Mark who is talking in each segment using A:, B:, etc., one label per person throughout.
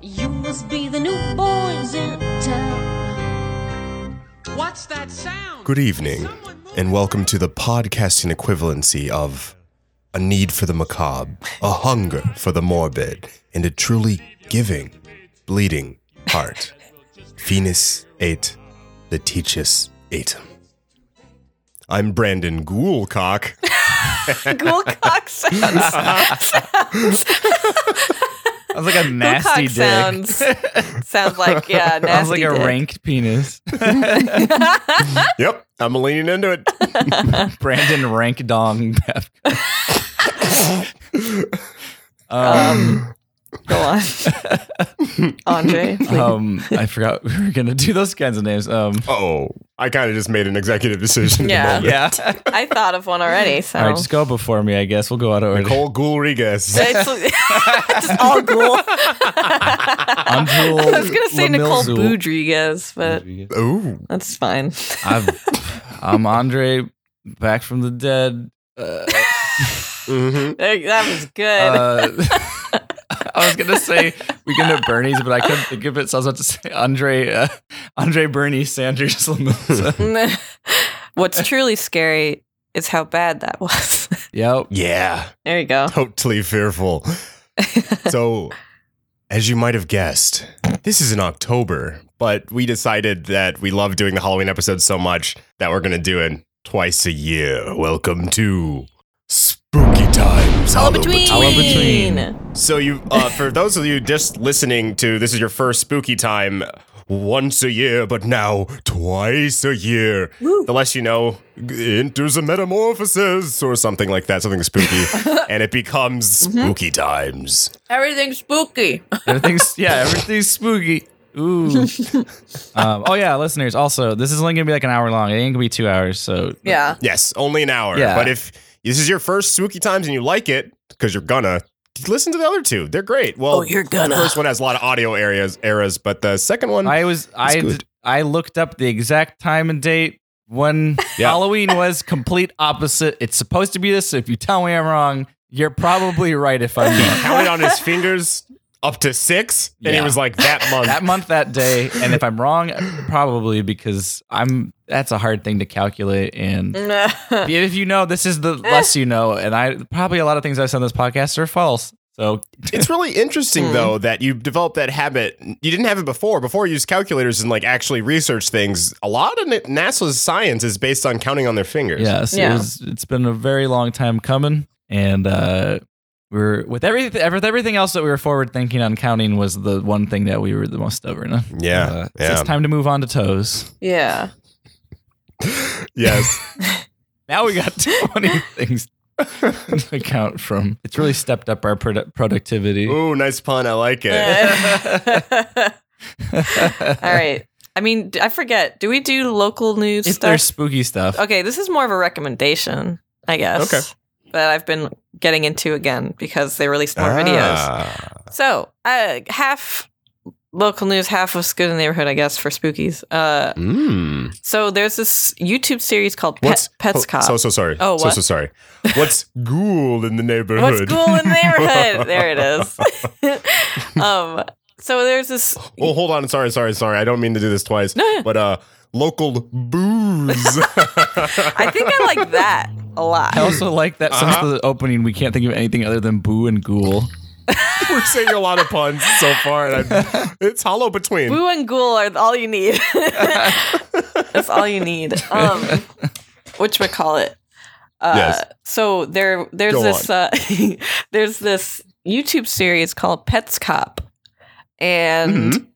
A: You must be the new boys in town.
B: What's that sound?
C: Good evening, and welcome to the podcasting equivalency of a need for the macabre, a hunger for the morbid, and a truly giving, bleeding heart. Venus ate the teachus atum. I'm Brandon Ghoulcock.
D: Ghoulcock sounds.
E: Sounds like a nasty
D: Ghoulcock
E: dick.
D: sounds. Sounds like yeah, nasty.
E: Sounds like a
D: dick.
E: ranked penis.
C: Yep, I'm leaning into it.
E: Brandon Rank Dong Bef-
D: Um, go on, Andre. please.
E: Um, I forgot we were gonna do those kinds of names. Um,
C: Oh, I kind of just made an executive decision.
D: Yeah.
E: yeah.
D: I thought of one already. So
E: All right, just go before me. I guess we'll go out of order.
C: Cole Ghoulrigas.
D: it's, just all ghoul.
E: Andrew
D: I was gonna say Nicole Budriguez, but
C: Ooh,
D: that's fine.
E: I've, I'm Andre, back from the dead. Uh,
C: hmm
D: There- that was good.
E: uh, I was gonna say weekend at Bernie's, but I couldn't think of it, so I was about to say Andre, uh, Andre Bernie Sanders Lamosa.
D: What's truly scary is how bad that was.
E: yep.
C: yeah.
D: there you go.
C: totally fearful. so, as you might have guessed, this is in October, but we decided that we love doing the Halloween episode so much that we're going to do it twice a year. Welcome to Spooky Times.
D: All
C: Halloween.
D: between.
E: All between.
C: So, you, uh, for those of you just listening to this is your first spooky time once a year, but now twice a year. The less you know g- enters a metamorphosis or something like that, something spooky, and it becomes spooky times.
D: Everything's spooky.
E: Everything's yeah, everything's spooky. Ooh. um, oh yeah, listeners. Also, this is only gonna be like an hour long. It ain't gonna be two hours. So
D: Yeah.
C: Yes, only an hour.
E: Yeah.
C: But if this is your first spooky times and you like it, because you're gonna listen to the other two. They're great. Well,
D: Oh, you're gonna.
C: The first one has a lot of audio areas eras, but the second one,
E: I was I
C: good.
E: I looked up the exact time and date when
C: Yeah.
E: Halloween was. Complete opposite. It's supposed to be this. So if you tell me I'm wrong, you're probably right. If I'm wrong.
C: counted on his fingers up to six, and he
E: Yeah.
C: was like that month.
E: that month, that day, and if I'm wrong, probably because I'm. That's a hard thing to calculate and. If you know, this is the less you know, and I probably a lot of things I've said on this podcast are false. So
C: It's really interesting
D: Hmm.
C: though that you developed that habit. You didn't have it before. Before you used calculators and like actually research things. A lot of N- NASA's science is based on counting on their fingers.
E: Yes,
D: Yeah.
E: it was, it's been a very long time coming, and uh, we're with everything. With everything else that we were forward thinking on counting was the one thing that we were the most stubborn. on.
C: Yeah,
E: Uh, so
C: yeah.
E: it's time to move on to toes.
D: yeah.
C: Yes.
E: Now we got twenty things to count from. It's really stepped up our produ- productivity.
C: Ooh, nice pun. I like it.
D: All right. I mean, d- I forget. Do we do local news
E: If
D: stuff?
E: there's spooky stuff,
D: Okay, this is more of a recommendation, I guess.
C: Okay.
D: That I've been getting into again because they released more videos.
C: Ah.
D: So, uh, half local news, half was good in the neighborhood, I guess, for spookies. Uh,
C: Mm.
D: so there's this YouTube series called Pet,
C: What's
D: Pets
C: oh,
D: Cop.
C: So so sorry.
D: Oh,
C: so
D: what?
C: so sorry. What's ghoul in the
D: What's
C: neighborhood?
D: cool in the neighborhood? there it is. um, so there's this.
C: Oh, hold on. Sorry, sorry, sorry. I don't mean to do this twice.
D: No.
C: But uh, local booze.
D: I think I like that a lot.
E: I also like that
C: Uh-huh.
E: since the opening, we can't think of anything other than boo and ghoul.
C: We're saying a lot of puns so far, and I'm, it's hollow between.
D: Woo and ghoul are all you need. That's all you need. Um, which we call it. Uh,
C: Yes.
D: So there, there's
C: Go
D: this, uh, there's this YouTube series called Pets Cop, and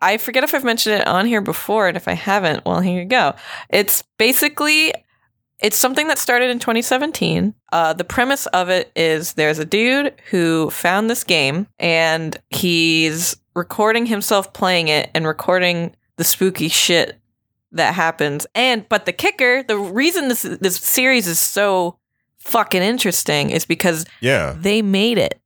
D: I forget if I've mentioned it on here before, and if I haven't, well, here you go. It's basically it's something that started in 2017. Uh, the premise of it is there's a dude who found this game and he's recording himself playing it and recording the spooky shit that happens. And but the kicker, the reason this this series is so fucking interesting is because
C: Yeah.
D: they made it.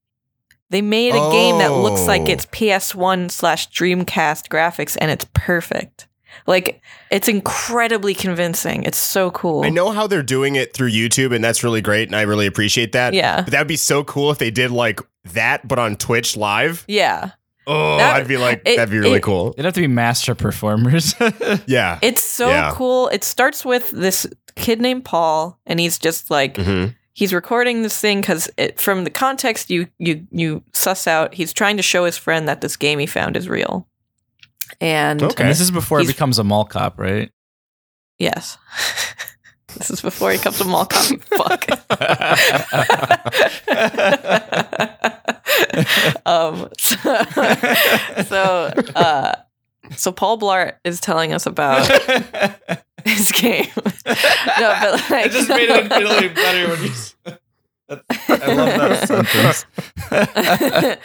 D: They made a game that looks like
C: Oh.
D: it's PS1 slash Dreamcast graphics and it's perfect. Like, it's incredibly convincing. It's so cool.
C: I know how they're doing it through YouTube, and that's really great, and I really appreciate that.
D: Yeah.
C: But that would be so cool if they did like that, but on Twitch live.
D: Yeah.
C: Oh,
D: That-
C: I'd be like,
D: it-
C: that'd be really
D: it-
C: cool.
E: They'd have to be master performers.
C: yeah.
D: It's so
C: Yeah.
D: cool. It starts with this kid named Paul, and he's just like
C: Mhm.
D: he's recording this thing because from the context you you you suss out he's trying to show his friend that this game he found is real. And
C: Okay.
E: and this is before it
D: He's-
E: becomes a mall cop, right?
D: yes, this is before he comes to mall copy. Fuck.
E: Uh,
D: um, so, so, uh, so Paul Blart is telling us about his game. no, but like,
E: better when you. I love that sentence.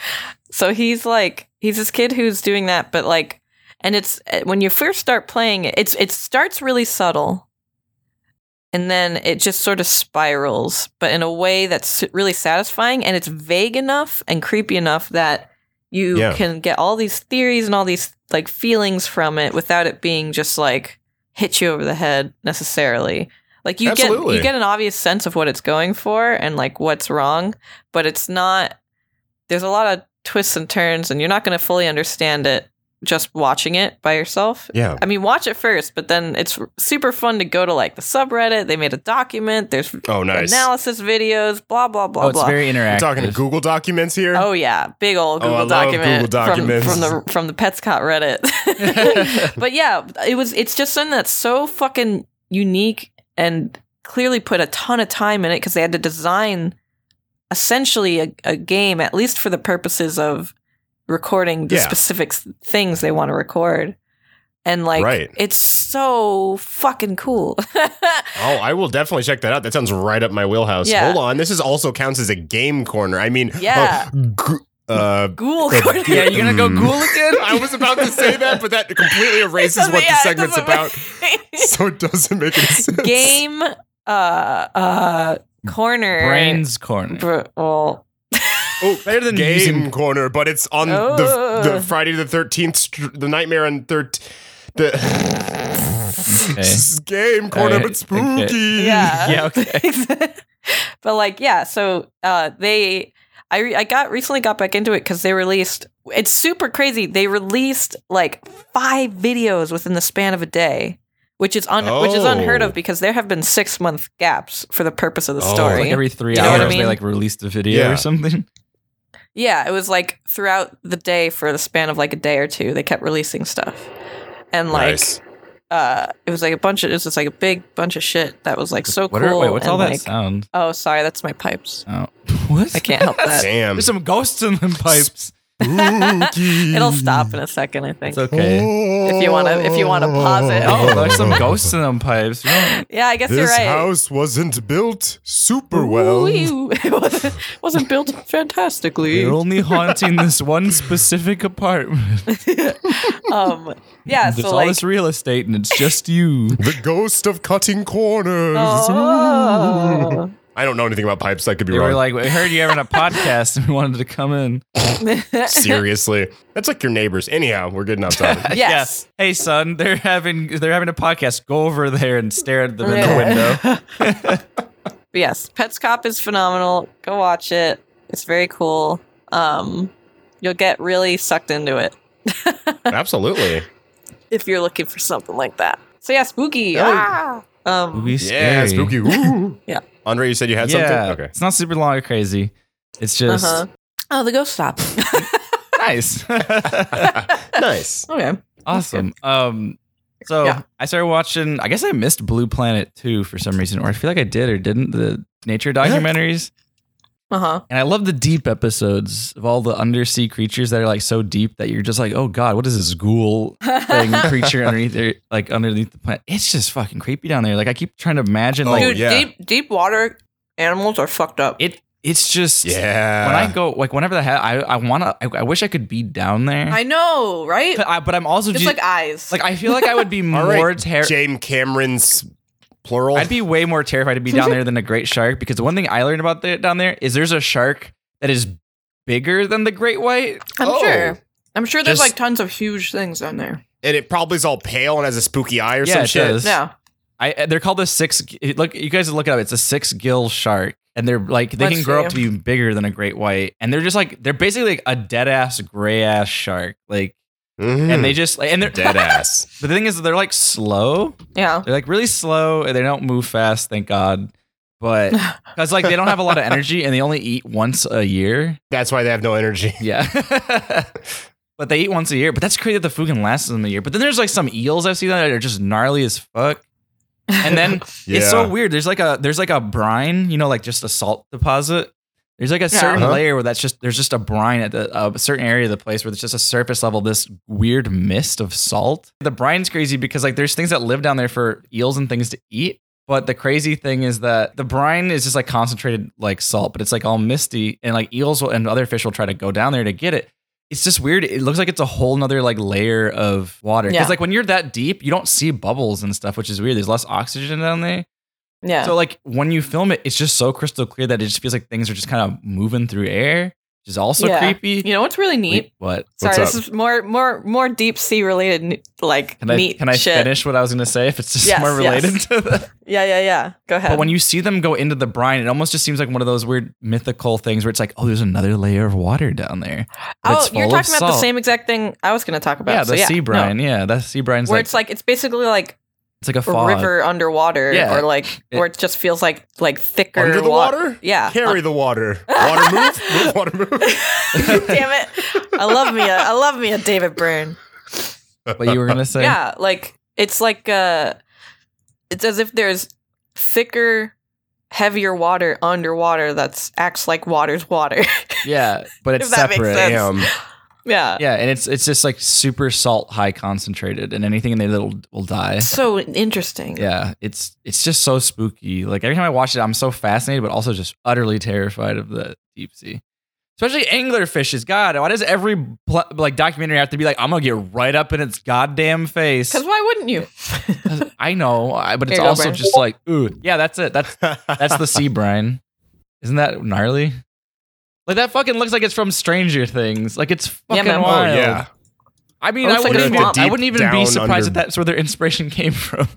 D: so he's like he's this kid who's doing that but like and it's eh, when you first start playing it it's it starts really subtle and then it just sort of spirals but in a way that's really satisfying and it's vague enough and creepy enough that you
C: Yeah.
D: can get all these theories and all these like feelings from it without it being just like hit you over the head necessarily like you get
C: Absolutely.
D: you get an obvious sense of what it's going for and like what's wrong but it's not there's a lot of twists and turns and you're not going to fully understand it just watching it by yourself
C: yeah.
D: i mean watch it first but then it's super fun to go to like the subreddit they made a document there's
C: Oh, nice.
D: analysis videos blah blah blah
E: Oh, it's
D: blah
E: very interactive.
C: We're talking to Google documents here.
D: Oh yeah, big old
C: Oh, I
D: Google
C: love Google
D: document from,
C: documents.
D: from the from the Petscot Reddit. but yeah, it was it's just something that's so fucking unique and clearly put a ton of time in it because they had to design essentially a, a game at least for the purposes of recording the
C: Yeah.
D: specific s- things they want to record. And like
C: Right.
D: it's so fucking cool.
C: Oh, I will definitely check that out. That sounds right up my wheelhouse.
D: Yeah.
C: Hold on, this is also counts as a game corner. I mean,
D: Yeah.
C: oh, gu- uh,
D: Ghoul
C: Yeah, mm.
D: recording.
E: yeah, you're gonna go Google again?
C: I was about to say that, but that completely erases what the
D: Yeah, it
C: segment's
D: doesn't
C: about,
D: make-
C: so it doesn't make any sense.
D: game uh uh corner
E: Brains corner.
D: Br- well,
C: oh,
E: Better than
C: game
E: using-
C: corner, but it's on
D: Oh.
C: the, the Friday the Thirteenth, str- the Nightmare on Thirteen, the
E: Okay.
C: game corner,
E: Alright,
C: but spooky.
E: okay.
D: yeah,
E: Yeah,
D: okay. but like, yeah. So uh, they, I, re- I got recently got back into it because they released. It's super crazy. They released like five videos within the span of a day, which is un, which is unheard
C: Oh.
D: of because there have been six month gaps for the purpose of the
C: Oh.
D: story.
E: Like every three
D: You know
E: hours,
D: what I mean?
E: they like released a video
C: Yeah.
E: or something.
D: Yeah, it was like throughout the day for the span of like a day or two, they kept releasing stuff. And like
C: nice.
D: uh it was like a bunch of it was just like a big bunch of shit that was like so
E: What
D: cool.
E: are, wait, what's
D: and,
E: all that
D: like-
E: sound?
D: Oh, sorry, that's my pipes.
E: Oh, what?
D: I can't help that.
C: Damn.
E: There's some ghosts in them pipes.
C: Spooky.
D: It'll stop in a second, I think.
C: If
D: you wanna- if you wanna pause it.
E: Oh, there's some ghosts in them pipes. You don't-
D: Yeah, I guess you're
C: This
D: right.
C: house wasn't built super well.
D: Ooh, it wasn't, wasn't built fantastically.
E: You're only haunting this one specific apartment.
D: Um, yeah,
E: There's
D: so
E: all
D: like,
E: this real estate, and it's just you.
C: The ghost of cutting corners.
D: oh.
C: I don't know anything about pipes. I could be
E: They
C: wrong.
E: were like, "We heard you having a podcast, and we wanted to come in."
C: Seriously, that's like your neighbors. Anyhow, we're good enough. Todd.
D: yes.
E: Yeah. Hey, son, they're having they're having a podcast. Go over there and stare at them in the
D: Yeah.
E: window.
D: But yes, Pets Cop is phenomenal. Go watch it. It's very cool. Um, you'll get really sucked into it
C: Absolutely.
D: if you're looking for something like that. So yeah, spooky.
C: Oh.
D: Ah! Um,
E: Be
C: Yeah,
E: scary.
C: spooky. Ooh.
D: Yeah.
C: Andre, you said you had
E: Yeah.
C: something? Okay.
E: It's not super long or crazy. It's just
D: Uh-huh. Oh, the ghost stop.
E: nice.
C: nice.
D: okay.
E: awesome. Um so
D: Yeah.
E: I started watching I guess I missed Blue Planet 2 for some reason, or I feel like I did or didn't, the nature documentaries.
D: Uh huh.
E: And I love the deep episodes of all the undersea creatures that are like so deep that you're just like, oh god, what is this ghoul thing creature underneath there like underneath the planet? It's just fucking creepy down there. Like I keep trying to imagine like
D: Dude,
C: yeah.
D: deep deep water animals are fucked up.
E: it it's just
C: Yeah.
E: when I go like whenever the hell I I want to I, I wish I could be down there.
D: I know, right?
E: but, I, but I'm also
D: it's
E: just
D: like
E: like,
D: eyes.
E: I feel like I would be
C: All
E: more
C: right,
E: terrified.
C: James Cameron's plural.
E: I'd be way more terrified to be down there than a great shark because the one thing I learned about the, down there is there's a shark that is bigger than the great white.
D: I'm
C: Oh.
D: sure. I'm sure there's
C: Just-
D: like tons of huge things down there.
C: and it probably is all pale and has a spooky eye or
E: Yeah,
C: some
E: it
C: shit.
E: does.
D: Yeah.
E: I they're called the six. Look, you guys look it up. It's a six gill shark, and they're like they
D: That's
E: can grow up to
D: true.
E: be bigger than a great white, and they're just like they're basically like a dead ass gray ass shark, like and they just like and they're
C: Hmm. Mm-hmm. dead ass.
E: But the thing is, they're like slow.
D: Yeah.
E: They're like really slow, and they don't move fast. Thank God. But because like they don't have a lot of energy, and they only eat once a year.
C: That's why they have no energy.
E: Yeah. but they eat once a year. But that's crazy that the food can last them a year. But then there's like some eels I've seen that are just gnarly as fuck. And then it's so weird. There's like a there's like a brine, you know, like just a salt deposit. There's like a certain
C: Uh-huh.
E: layer where that's just there's just a brine at the, a certain area of the place where there's just a surface level this weird mist of salt. The brine's crazy because like there's things that live down there for eels and things to eat. But the crazy thing is that the brine is just like concentrated like salt, but it's like all misty and like eels will, and other fish will try to go down there to get it. It's just weird. It looks like it's a whole nother like layer of water. Because
D: Yeah.
E: like when you're that deep, you don't see bubbles and stuff, which is weird. There's less oxygen down there.
D: Yeah.
E: So like when you film it, it's just so crystal clear that it just feels like things are just kind of moving through air, which is also
D: Yeah.
E: creepy.
D: you know what's really neat?
E: Wait, what?
D: Sorry,
C: What's
D: this is more more more deep sea related ne- like
E: Can I
D: neat
E: can I
D: shit.
E: finish what I was gonna say if it's just
D: Yes,
E: more related
D: yes.
E: to that?
D: Yeah, yeah, yeah. Go ahead.
E: But when you see them go into the brine, it almost just seems like one of those weird mythical things where it's like, oh, there's another layer of water down there.
D: oh,
E: but it's
D: you're
E: full of
D: talking about the
E: salt.
D: same exact thing I was going to talk about.
E: yeah,
D: So,
E: the sea
D: no.
E: brine. Yeah, that sea brine's
D: where
E: like
D: it's like it's basically like
E: it's like a
D: a
E: fog.
D: river underwater,
E: Yeah.
D: or like
E: It-
D: where it just feels like like thicker
C: Under the
D: wa-
C: water?
D: Yeah.
C: Carry the water. Water move. move water move.
D: Damn it! I love me. A, I love me a David Byrne.
E: But you were gonna say,
D: Yeah, like it's like uh, it's as if there's thicker, heavier water underwater that's acts like water's water.
E: yeah, but it's
D: If that makes
E: separate.
D: sense.
C: Damn.
D: yeah.
E: Yeah, and it's it's just like super salt high concentrated, and anything in there that will will die.
D: So interesting.
E: yeah it's it's just so spooky like every time i watch it i'm so fascinated but also just utterly terrified of the deep sea especially angler fishes god why does every pl- like documentary have to be like i'm gonna get right up in its goddamn face
D: Because why wouldn't you?
E: i know I, but it's
D: Here you go,
E: also
D: Brian.
E: just like ooh yeah that's it that's that's the sea brine isn't that gnarly like that fucking looks like it's from stranger things like it's
D: Yeah,
E: fucking
D: man. Oh,
E: wild
C: yeah.
E: i mean
D: It
E: I
D: looks like
E: wouldn't,
D: a
E: even,
D: swamp.
E: I wouldn't even
C: Down
E: be surprised
C: under-
E: if that's where their inspiration came from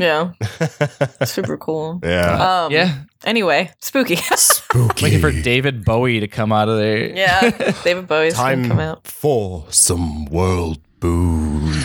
D: yeah. Super cool.
C: yeah.
D: Um,
E: yeah
D: Anyway, spooky.
C: Spooky.
E: Waiting for David Bowie to come out of there.
D: yeah. David Bowie's going to come
C: Time
D: out.
C: for some world booze.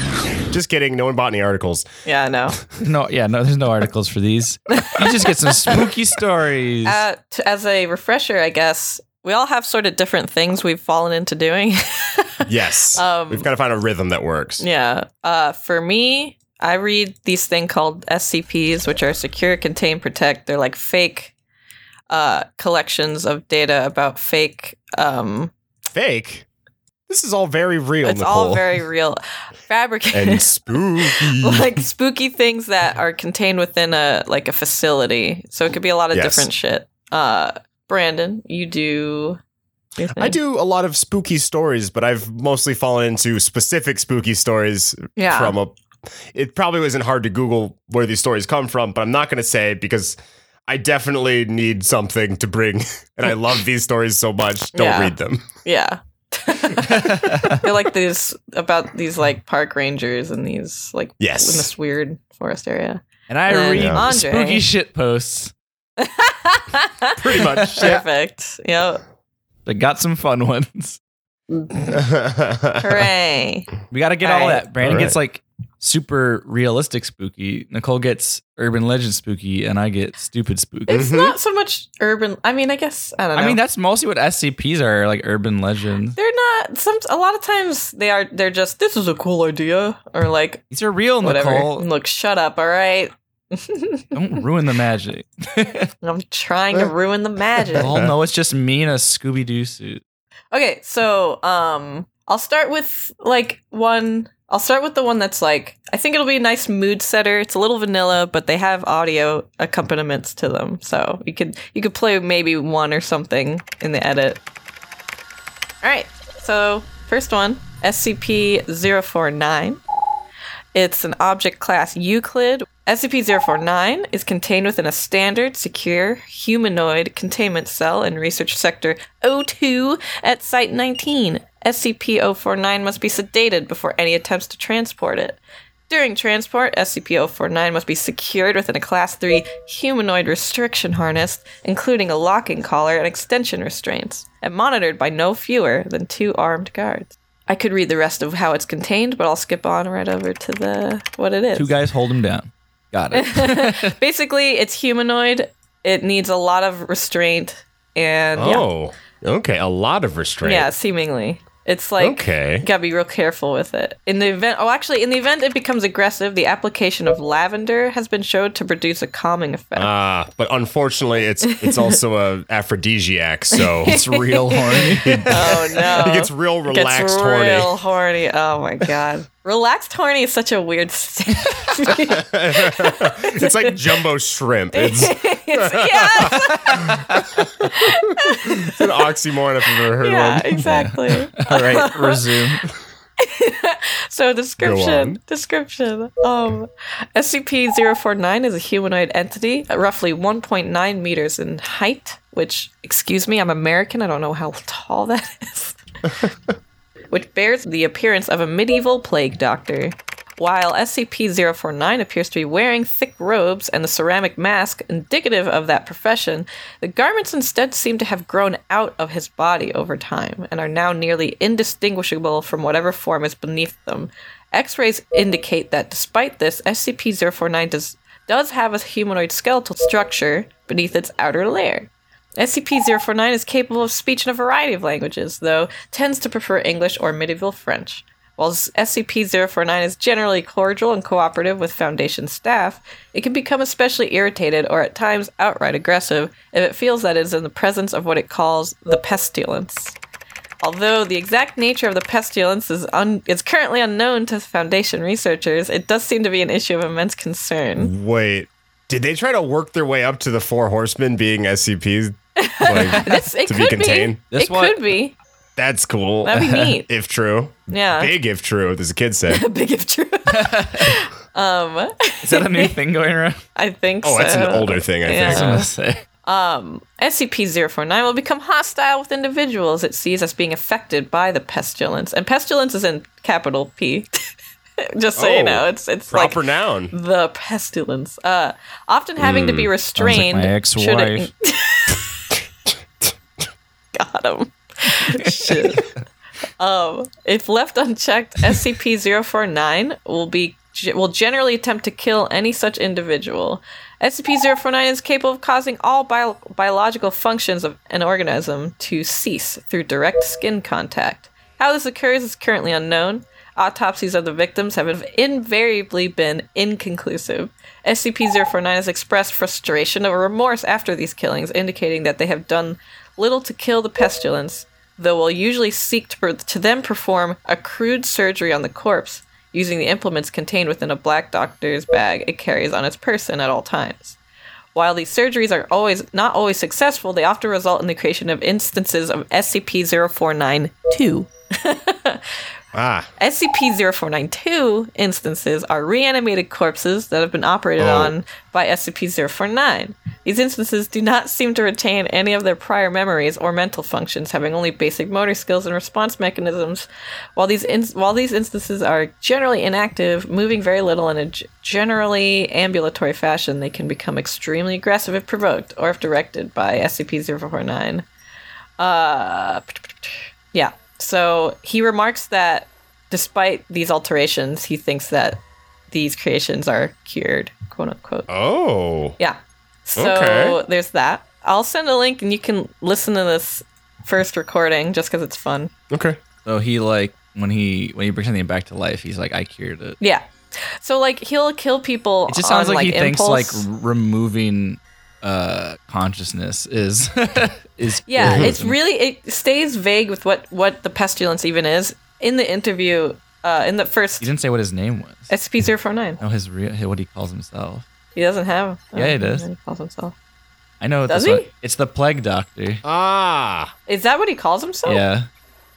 C: Just kidding. No one bought any articles.
D: Yeah, I know.
E: no, yeah, no, there's no articles for these. You just get some spooky stories.
D: Uh, t- as a refresher, I guess, we all have sort of different things we've fallen into doing.
C: Yes.
D: Um,
C: We've got to find a rhythm that works.
D: yeah. Uh, for me, I read these thing called SCPs, which are secure, contain, protect. They're like fake uh, collections of data about fake um,
C: Fake. This is all very real.
D: it's
C: Nicole.
D: all very real fabricated
C: and spooky.
D: like spooky things that are contained within a like a facility so it could be a lot of
C: Yes.
D: different shit uh brandon you do your
C: I
D: thing.
C: do a lot of spooky stories, but I've mostly fallen into specific spooky stories
D: yeah
C: from a. It probably wasn't hard to Google where these stories come from, but I'm not going to say because I definitely need something to bring, and I love these stories so much. Don't
D: Yeah.
C: read them.
D: yeah they're like these about these like park rangers and these like
C: Yes.
D: in this weird forest area
E: and I
D: And
E: read
D: Andre.
E: spooky shit posts.
C: Pretty much.
D: perfect yep
E: I got some fun ones.
D: hooray
E: We got to get all,
D: All right.
E: that. Brandon
C: All right.
E: gets like super realistic spooky. Nicole gets urban legend spooky, and I get stupid spooky.
D: it's
C: Mhm.
D: not so much urban i mean i guess i don't know
E: I mean, that's mostly what SCPs are, like urban legends.
D: They're not. Some a lot of times they are. They're just this is a cool idea or like
E: These are real,
D: whatever.
E: Nicole.
D: Look, shut up. All right,
E: Don't ruin the magic.
D: I'm trying to ruin the
E: we
D: magic.
E: all know it's just me in a Scooby Doo suit.
D: Okay, so um, I'll start with like one. I'll start with the one that's like I think it'll be a nice mood setter. It's a little vanilla, but they have audio accompaniments to them, so you could you could play maybe one or something in the edit. All right, so first one SCP 049. It's an object class Euclid. SCP 049 is contained within a standard, secure, humanoid containment cell in Research Sector 02 at Site 19. SCP 049 must be sedated before any attempts to transport it. During transport, SCP 049 must be secured within a Class 3 humanoid restriction harness, including a locking collar and extension restraints, and monitored by no fewer than two armed guards. I could read the rest of how it's contained, but I'll skip on right over to the what it is.
E: Two guys hold him down. Got it.
D: Basically, it's humanoid. It needs a lot of restraint and
F: Oh, okay. A lot of
D: yeah,
F: restraint.
D: yeah, seemingly. It's like
F: Okay.
D: gotta be real careful with it. In the event, oh, actually, in the event it becomes aggressive, the application of lavender has been shown to produce a calming effect.
F: Ah, but unfortunately, it's it's also a aphrodisiac, so
E: It's real horny.
D: oh no!
F: it gets real
D: Gets
F: relaxed,
D: real horny. Oh my god, relaxed horny is such a weird. St-
F: horny. It's like jumbo shrimp. It's,
D: yeah,
F: it's an oxymoron if I've ever heard
D: yeah,
F: one.
D: exactly.
E: All right, resume.
D: So
F: on.
D: description, description. Um, SCP-049 is a humanoid entity, uh, roughly 1.9 meters in height. Which, excuse me, I'm American. I don't know how tall that is. which bears the appearance of a medieval plague doctor. While SCP-049 appears to be wearing thick robes and the ceramic mask indicative of that profession, the garments instead seem to have grown out of his body over time and are now nearly indistinguishable from whatever form is beneath them. X-rays indicate that despite this, SCP-049 does, does have a humanoid skeletal structure beneath its outer layer. SCP-049 is capable of speech in a variety of languages, though tends to prefer English or medieval French. While SCP-049 is generally cordial and cooperative with Foundation staff, it can become especially irritated or at times outright aggressive if it feels that it is in the presence of what it calls the pestilence. Although the exact nature of the pestilence is, un- is currently unknown to Foundation researchers, it does seem to be an issue of immense concern.
F: Mm. Wait, did they try to work their way up to the four horsemen being SCPs? Like,
D: This, it
F: To be
D: could
F: contained?
D: Be.
E: This
D: it
E: what-
D: could be.
F: that's cool.
D: That'd be neat.
F: if true.
D: Yeah.
F: Big if true, as the kids say.
D: big if true. um,
E: Is that a new thing going around?
D: I think
F: Oh,
D: so.
F: that's an older thing, I
E: That's what
F: think.
D: Uh,
E: I'm gonna say.
D: SCP-049 will become hostile with individuals it sees as being affected by the pestilence, and pestilence is in capital P. Just so
F: Oh,
D: you know, it's it's
F: Proper
D: like
F: noun.
D: the pestilence. Uh, often having to be
F: Hmm,
D: restrained.
E: my ex-wife.
D: should it- Got him. Shit. Um, if left unchecked, SCP-049 will be will generally attempt to kill any such individual. SCP-049 is capable of causing all bio- biological functions of an organism to cease through direct skin contact. How this occurs is currently unknown. Autopsies of the victims have invariably been inconclusive. SCP-049 has expressed frustration or remorse after these killings, indicating that they have done little to kill the pestilence, though will usually seek to, per- to then perform a crude surgery on the corpse using the implements contained within a black doctor's bag it carries on its person at all times. While these surgeries are always not always successful, they often result in the creation of instances of SCP-0492.
F: Ah,
D: SCP-0492 instances are reanimated corpses that have been operated on by SCP-049. These instances do not seem to retain any of their prior memories or mental functions, having only basic motor skills and response mechanisms. While these in- while these instances are generally inactive, moving very little in a g- generally ambulatory fashion, they can become extremely aggressive if provoked or if directed by SCP-049. Uh, yeah. So he remarks that despite these alterations, he thinks that these creations are cured, quote unquote.
F: oh.
D: Yeah. So
F: Okay.
D: there's that. I'll send a link and you can listen to this first recording just because it's fun.
F: Okay.
E: So he like when he when he brings something back to life, he's like, I cured it.
D: Yeah. So like he'll kill people.
E: It just sounds
D: on,
E: like,
D: like,
E: he
D: impulse.
E: thinks like r- removing uh consciousness is is
D: Yeah,
E: cure.
D: it's really it stays vague with what what the pestilence even is. In the interview, uh, in the first
E: He didn't say what his name was.
D: SCP-049,
E: No, his real what he calls himself.
D: he doesn't have.
E: Yeah, he
D: uh,
E: does.
D: He calls himself.
E: I know what
D: Does
E: this one-
D: he?
E: It's the plague doctor.
F: Ah.
D: Is that what he calls himself?
E: Yeah.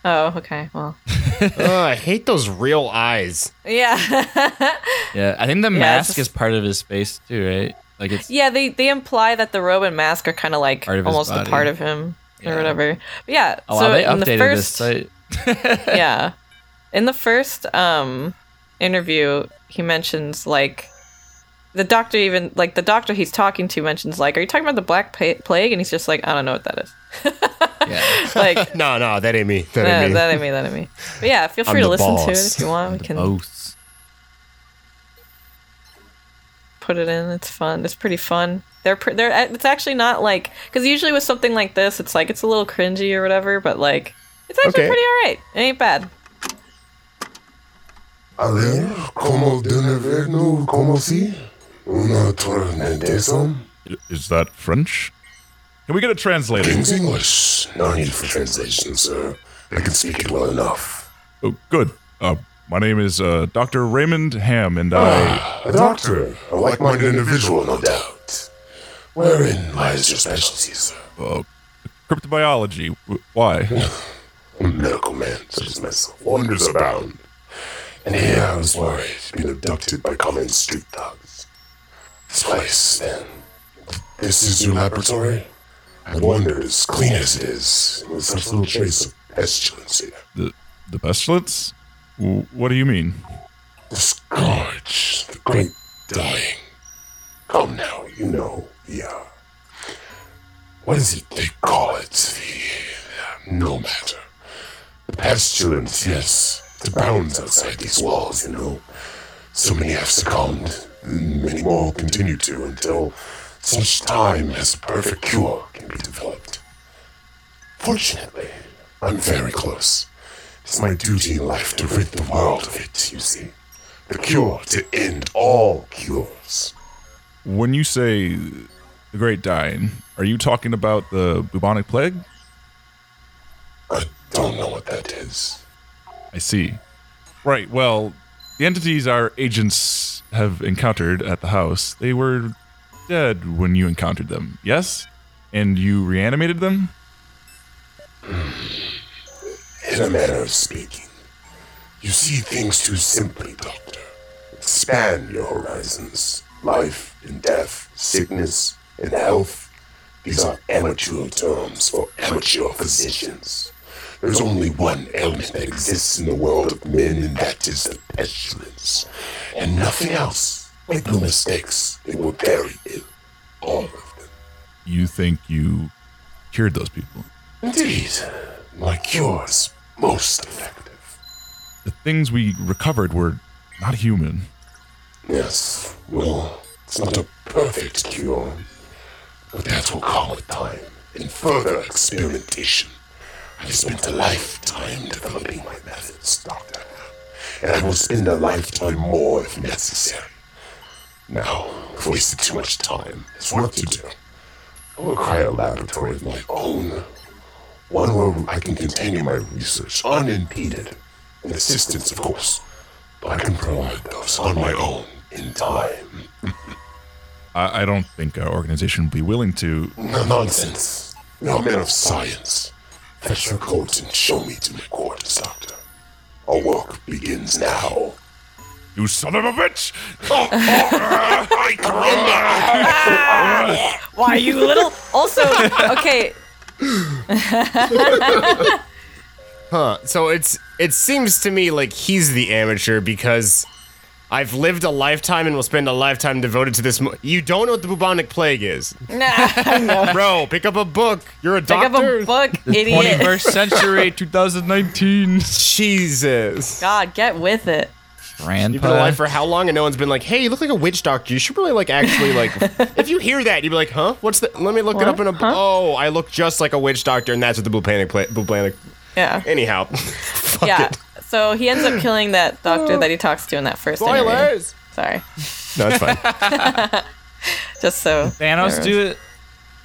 D: Oh, okay. Well,
F: Ugh, I hate those real eyes.
D: yeah,
E: Yeah. I think the
D: it's
E: mask
D: just-
E: is part of his face too, right? Like it's
D: yeah. They they imply that the robe and mask are kind of like
E: Part of his
D: almost a
E: body.
D: part of him
E: Yeah.
D: or whatever. But yeah.
E: oh, wow,
D: so
E: they
D: in the
E: updated
D: first,
E: this site.
D: yeah, in the first um interview, he mentions like the doctor even like the doctor he's talking to mentions like, "Are you talking about the Black Pa- Plague?" And he's just like, "I don't know what that is."
E: Yeah.
D: Like,
F: No, no, that ain't me. That ain't
D: no,
F: me.
D: that ain't me. That ain't me. But yeah, feel
F: I'm
D: free to
F: the
D: listen to it
F: boss.
D: if you want. We can
E: Oaths.
D: put it in. It's fun. It's pretty fun. They're pr- they're it's actually not like because usually with something like this, it's like it's a little cringy or whatever, but like it's actually
F: Okay.
D: pretty alright. It ain't bad.
G: Ayer, como del inverno, como si una tornadesa.
H: Is that French? Can we get a translator?
G: King's English. No need for translation, sir. I can speak it well enough.
H: oh, good. Uh, my name is uh, Dr. Raymond Ham, and I.
G: A doctor, a like-minded individual, no doubt. Wherein lies your specialty, sir?
H: Cryptobiology. W- Why?
G: A medical man such as myself. Wonders abound. And here I was worried, being abducted by common street dogs. This place, then. This is your laboratory? I wondered, as clean as it is, and with such little trace of pestilence here.
H: The, the pestilence? W- What do you mean?
G: The scourge, the great dying. Come now, you know the, uh, what is it they call it? The, no matter. The pestilence, yes, that bounds outside these walls, you know. So many have succumbed, and many more will continue to until such time as a perfect cure can be developed. Fortunately, I'm very close. It's my duty in life to rid the world of it, you see. The cure to end all cures.
H: When you say the Great Dying, are you talking about the bubonic plague?
G: I don't know what that is.
H: I see. Right. Well, the entities our agents have encountered at the house, they were dead when you encountered them. Yes? And you reanimated them?
G: In a manner of speaking, you see things too simply, Doctor. Expand your horizons. Life and death, sickness and health. These are amateur terms for amateur physicians. There's only one ailment that exists in the world of men, and that is the pestilence. And nothing else. Make no mistakes, they were very ill. All of them.
H: You think you cured those people?
G: Indeed, my cure's most effective.
H: The things we recovered were not human.
G: Yes, well, it's not a perfect cure, but that will come with time and further experimentation. I've spent a lifetime developing my methods, Doctor, and I will spend a lifetime more if necessary. Now, I've wasted too much time. There's work to do. I will create a laboratory of my own, one where I can continue my research unimpeded, and assistance, of course. But I can provide those on my own in time.
H: I, I don't think our organization would be willing to.
G: No nonsense. We are men of science. Fetch your coats and show me to my quarters, Doctor. Our work begins now.
H: You son of a bitch!
D: Why you little? Also, okay,
F: Huh. So it's it seems to me like he's the amateur because I've lived a lifetime and will spend a lifetime devoted to this. Mo- you don't know what the bubonic plague is,
D: nah,
F: bro. Pick up a book. You're a
D: pick
F: doctor.
D: up a book, idiot.
E: 21st century 2019.
F: Jesus.
D: God, get with it.
F: You've been alive
E: Grandpa.
F: for how long? And no one's been like, "Hey, you look like a witch doctor. You should really like actually like." if you hear that, you'd be like, "Huh? What's the? Let me look it up in a. Oh, I look just like a witch doctor, and that's what the bubonic plague. Bubonic.
D: Yeah,
F: Anyhow. Fuck
D: yeah.
F: it.
D: So he ends up killing that doctor that he talks to in that first interview.
F: Spoilers.
D: Sorry,
F: No, it's fine.
D: just so
E: Thanos do it.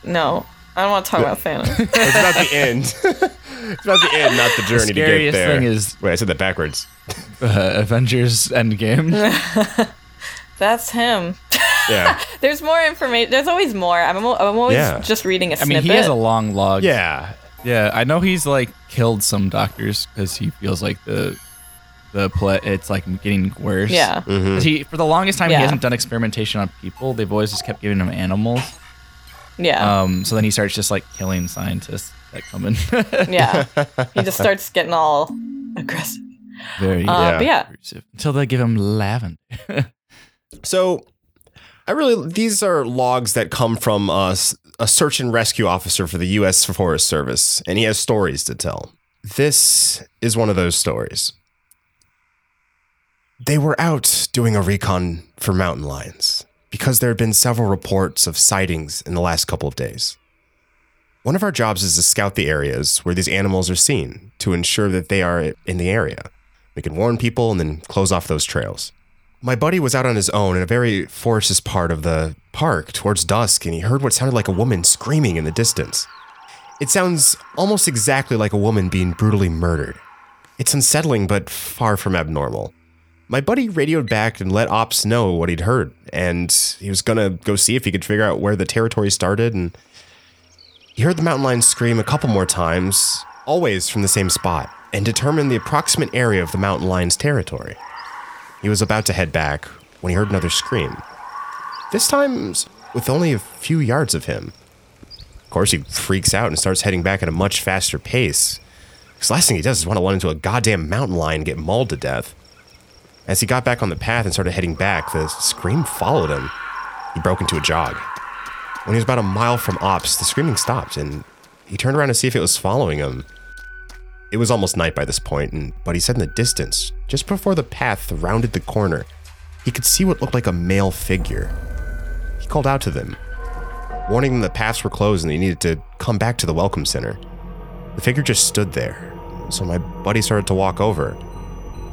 D: No, I don't want to talk about Thanos.
F: It's about the end. it's about the end, not the journey to get
E: scariest
F: there.
E: thing is-
F: wait, I said that backwards.
E: Uh, Avengers Endgame.
D: That's him.
F: Yeah,
D: There's more information. There's always more. I'm, al- I'm always
F: Yeah.
D: just reading a
E: I
D: snippet.
E: mean, he has a long log.
F: yeah.
E: Yeah, I know he's like killed some doctors because he feels like the the play it's like getting worse.
D: Yeah.
E: 'Cause He for the longest time
D: Yeah.
E: he hasn't done experimentation on people. They've always just kept giving him animals.
D: yeah,
E: Um, so then he starts just like killing scientists that come in.
D: yeah. He just starts getting all aggressive.
E: Very
D: Uh, but yeah.
E: intrusive. Until they give him lavender.
C: So, I really these are logs that come from uh, s- a search and rescue officer for the U.S. Forest Service, and he has stories to tell. This is one of those stories. They were out doing a recon for mountain lions because there had been several reports of sightings in the last couple of days. One of our jobs is to scout the areas where these animals are seen to ensure that they are in the area. We can warn people and then close off those trails my buddy was out on his own in a very forested part of the park towards dusk, and he heard what sounded like a woman screaming in the distance. It sounds almost exactly like a woman being brutally murdered. It's unsettling, but far from abnormal. My buddy radioed back and let Ops know what he'd heard, and he was gonna go see if he could figure out where the territory started. And he heard the mountain lion scream a couple more times, always from the same spot, and determined the approximate area of the mountain lion's territory. He was about to head back when he heard another scream. This time, s- with only a few yards of him. Of course, he freaks out and starts heading back at a much faster pace. Because last thing he does is want to run into a goddamn mountain lion and get mauled to death. As he got back on the path and started heading back, the scream followed him. He broke into a jog. When he was about a mile from Ops, the screaming stopped, and he turned around to see if it was following him. It was almost night by this point, and but he said in the distance, just before the path rounded the corner, he could see what looked like a male figure. He called out to them, warning them the paths were closed and they needed to come back to the welcome center. The figure just stood there, so my buddy started to walk over.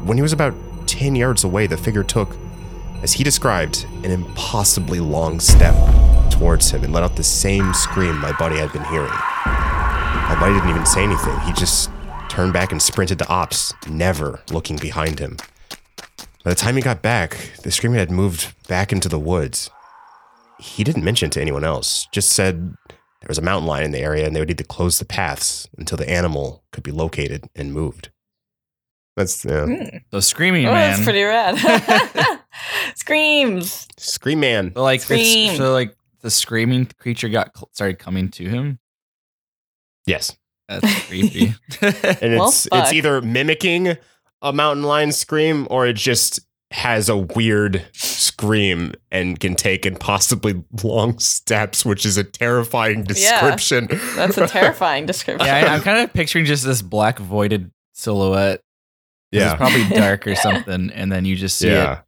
C: When he was about 10 yards away, the figure took, as he described, an impossibly long step towards him and let out the same scream my buddy had been hearing. My buddy didn't even say anything. He just turned back and sprinted to Ops, never looking behind him. By the time he got back, the screaming had moved back into the woods. He didn't mention it to anyone else, just said there was a mountain lion in the area and they would need to close the paths until the animal could be located and moved. That's yeah.
E: So screaming
D: Oh,
E: man.
D: that's pretty rad. Screams.
C: Scream Man.
E: so like
D: Scream.
E: it's, so like the screaming creature got cl- started coming to him.
C: Yes.
E: That's creepy.
C: And
D: Well,
C: it's it's
D: fuck.
C: either mimicking a mountain lion scream or it just has a weird scream and can take and possibly long steps, which is a terrifying
D: Yeah.
C: description.
D: That's a terrifying description.
E: yeah, I, I'm kind of picturing just this black voided silhouette. 'Cause It's
C: yeah.
E: probably dark or something, and then you just see it
C: Yeah.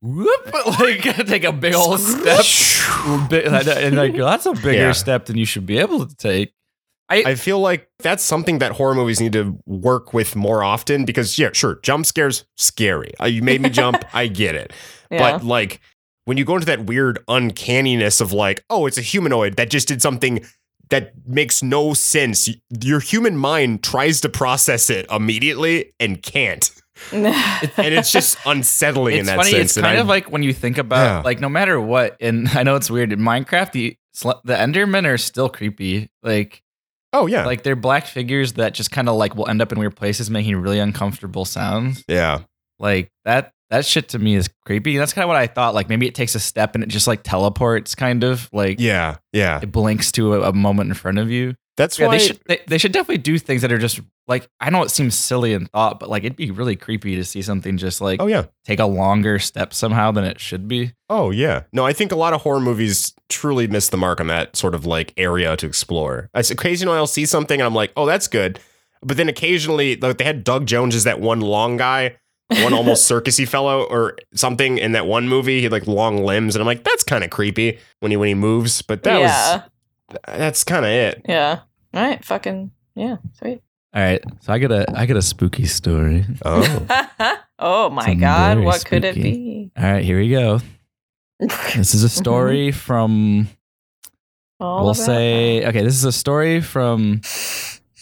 E: whoop, like take a big old step, Bi- and and, like that's a bigger
C: Yeah.
E: step than you should be able to take.
C: I feel like that's something that horror movies need to work with more often because yeah, sure, jump scares scary. Uh, You made me jump, I get it.
D: Yeah.
C: But like when you go into that weird uncanniness of like, oh, it's a humanoid that just did something that makes no sense. y- Your human mind tries to process it immediately and can't. And it's just unsettling in
E: It's
C: that
E: funny.
C: sense.
E: It's
C: and
E: kind
C: I-
E: of like when you think about
C: Yeah.
E: like no matter what, and I know it's weird in Minecraft. The sl- the Endermen are still creepy. Like
C: oh yeah.
E: like they're black figures that just kind of like will end up in weird places, making really uncomfortable sounds.
C: yeah.
E: Like that that shit to me is creepy. That's kind of what I thought. Like maybe it takes a step and it just like teleports, kind of like
C: Yeah. Yeah.
E: It blinks to a, a moment in front of you.
C: That's
E: Yeah,
C: why
E: they should they, they should definitely do things that are just like I know it seems silly in thought, but like it'd be really creepy to see something just like
C: Oh yeah.
E: take a longer step somehow than it should be.
C: Oh yeah, no, I think a lot of horror movies truly miss the mark on that sort of like area to explore. I s- occasionally I'll see something and I'm like, oh, that's good, but then occasionally like they had Doug Jones as that one long guy, one almost circusy fellow or something in that one movie. He had like long limbs, and I'm like, that's kind of creepy when he when he moves. But that
D: yeah.
C: was that's kind of it.
D: Yeah. All right. Fucking. Yeah. Sweet.
E: All right, so I got a I got a spooky story.
C: Oh,
D: oh my
E: Some
D: God.
E: very
D: What could it
E: spooky.
D: be?
E: All right, here we go. This is a story from
D: Mm-hmm. All
E: we'll
D: about-
E: say okay. This is a story from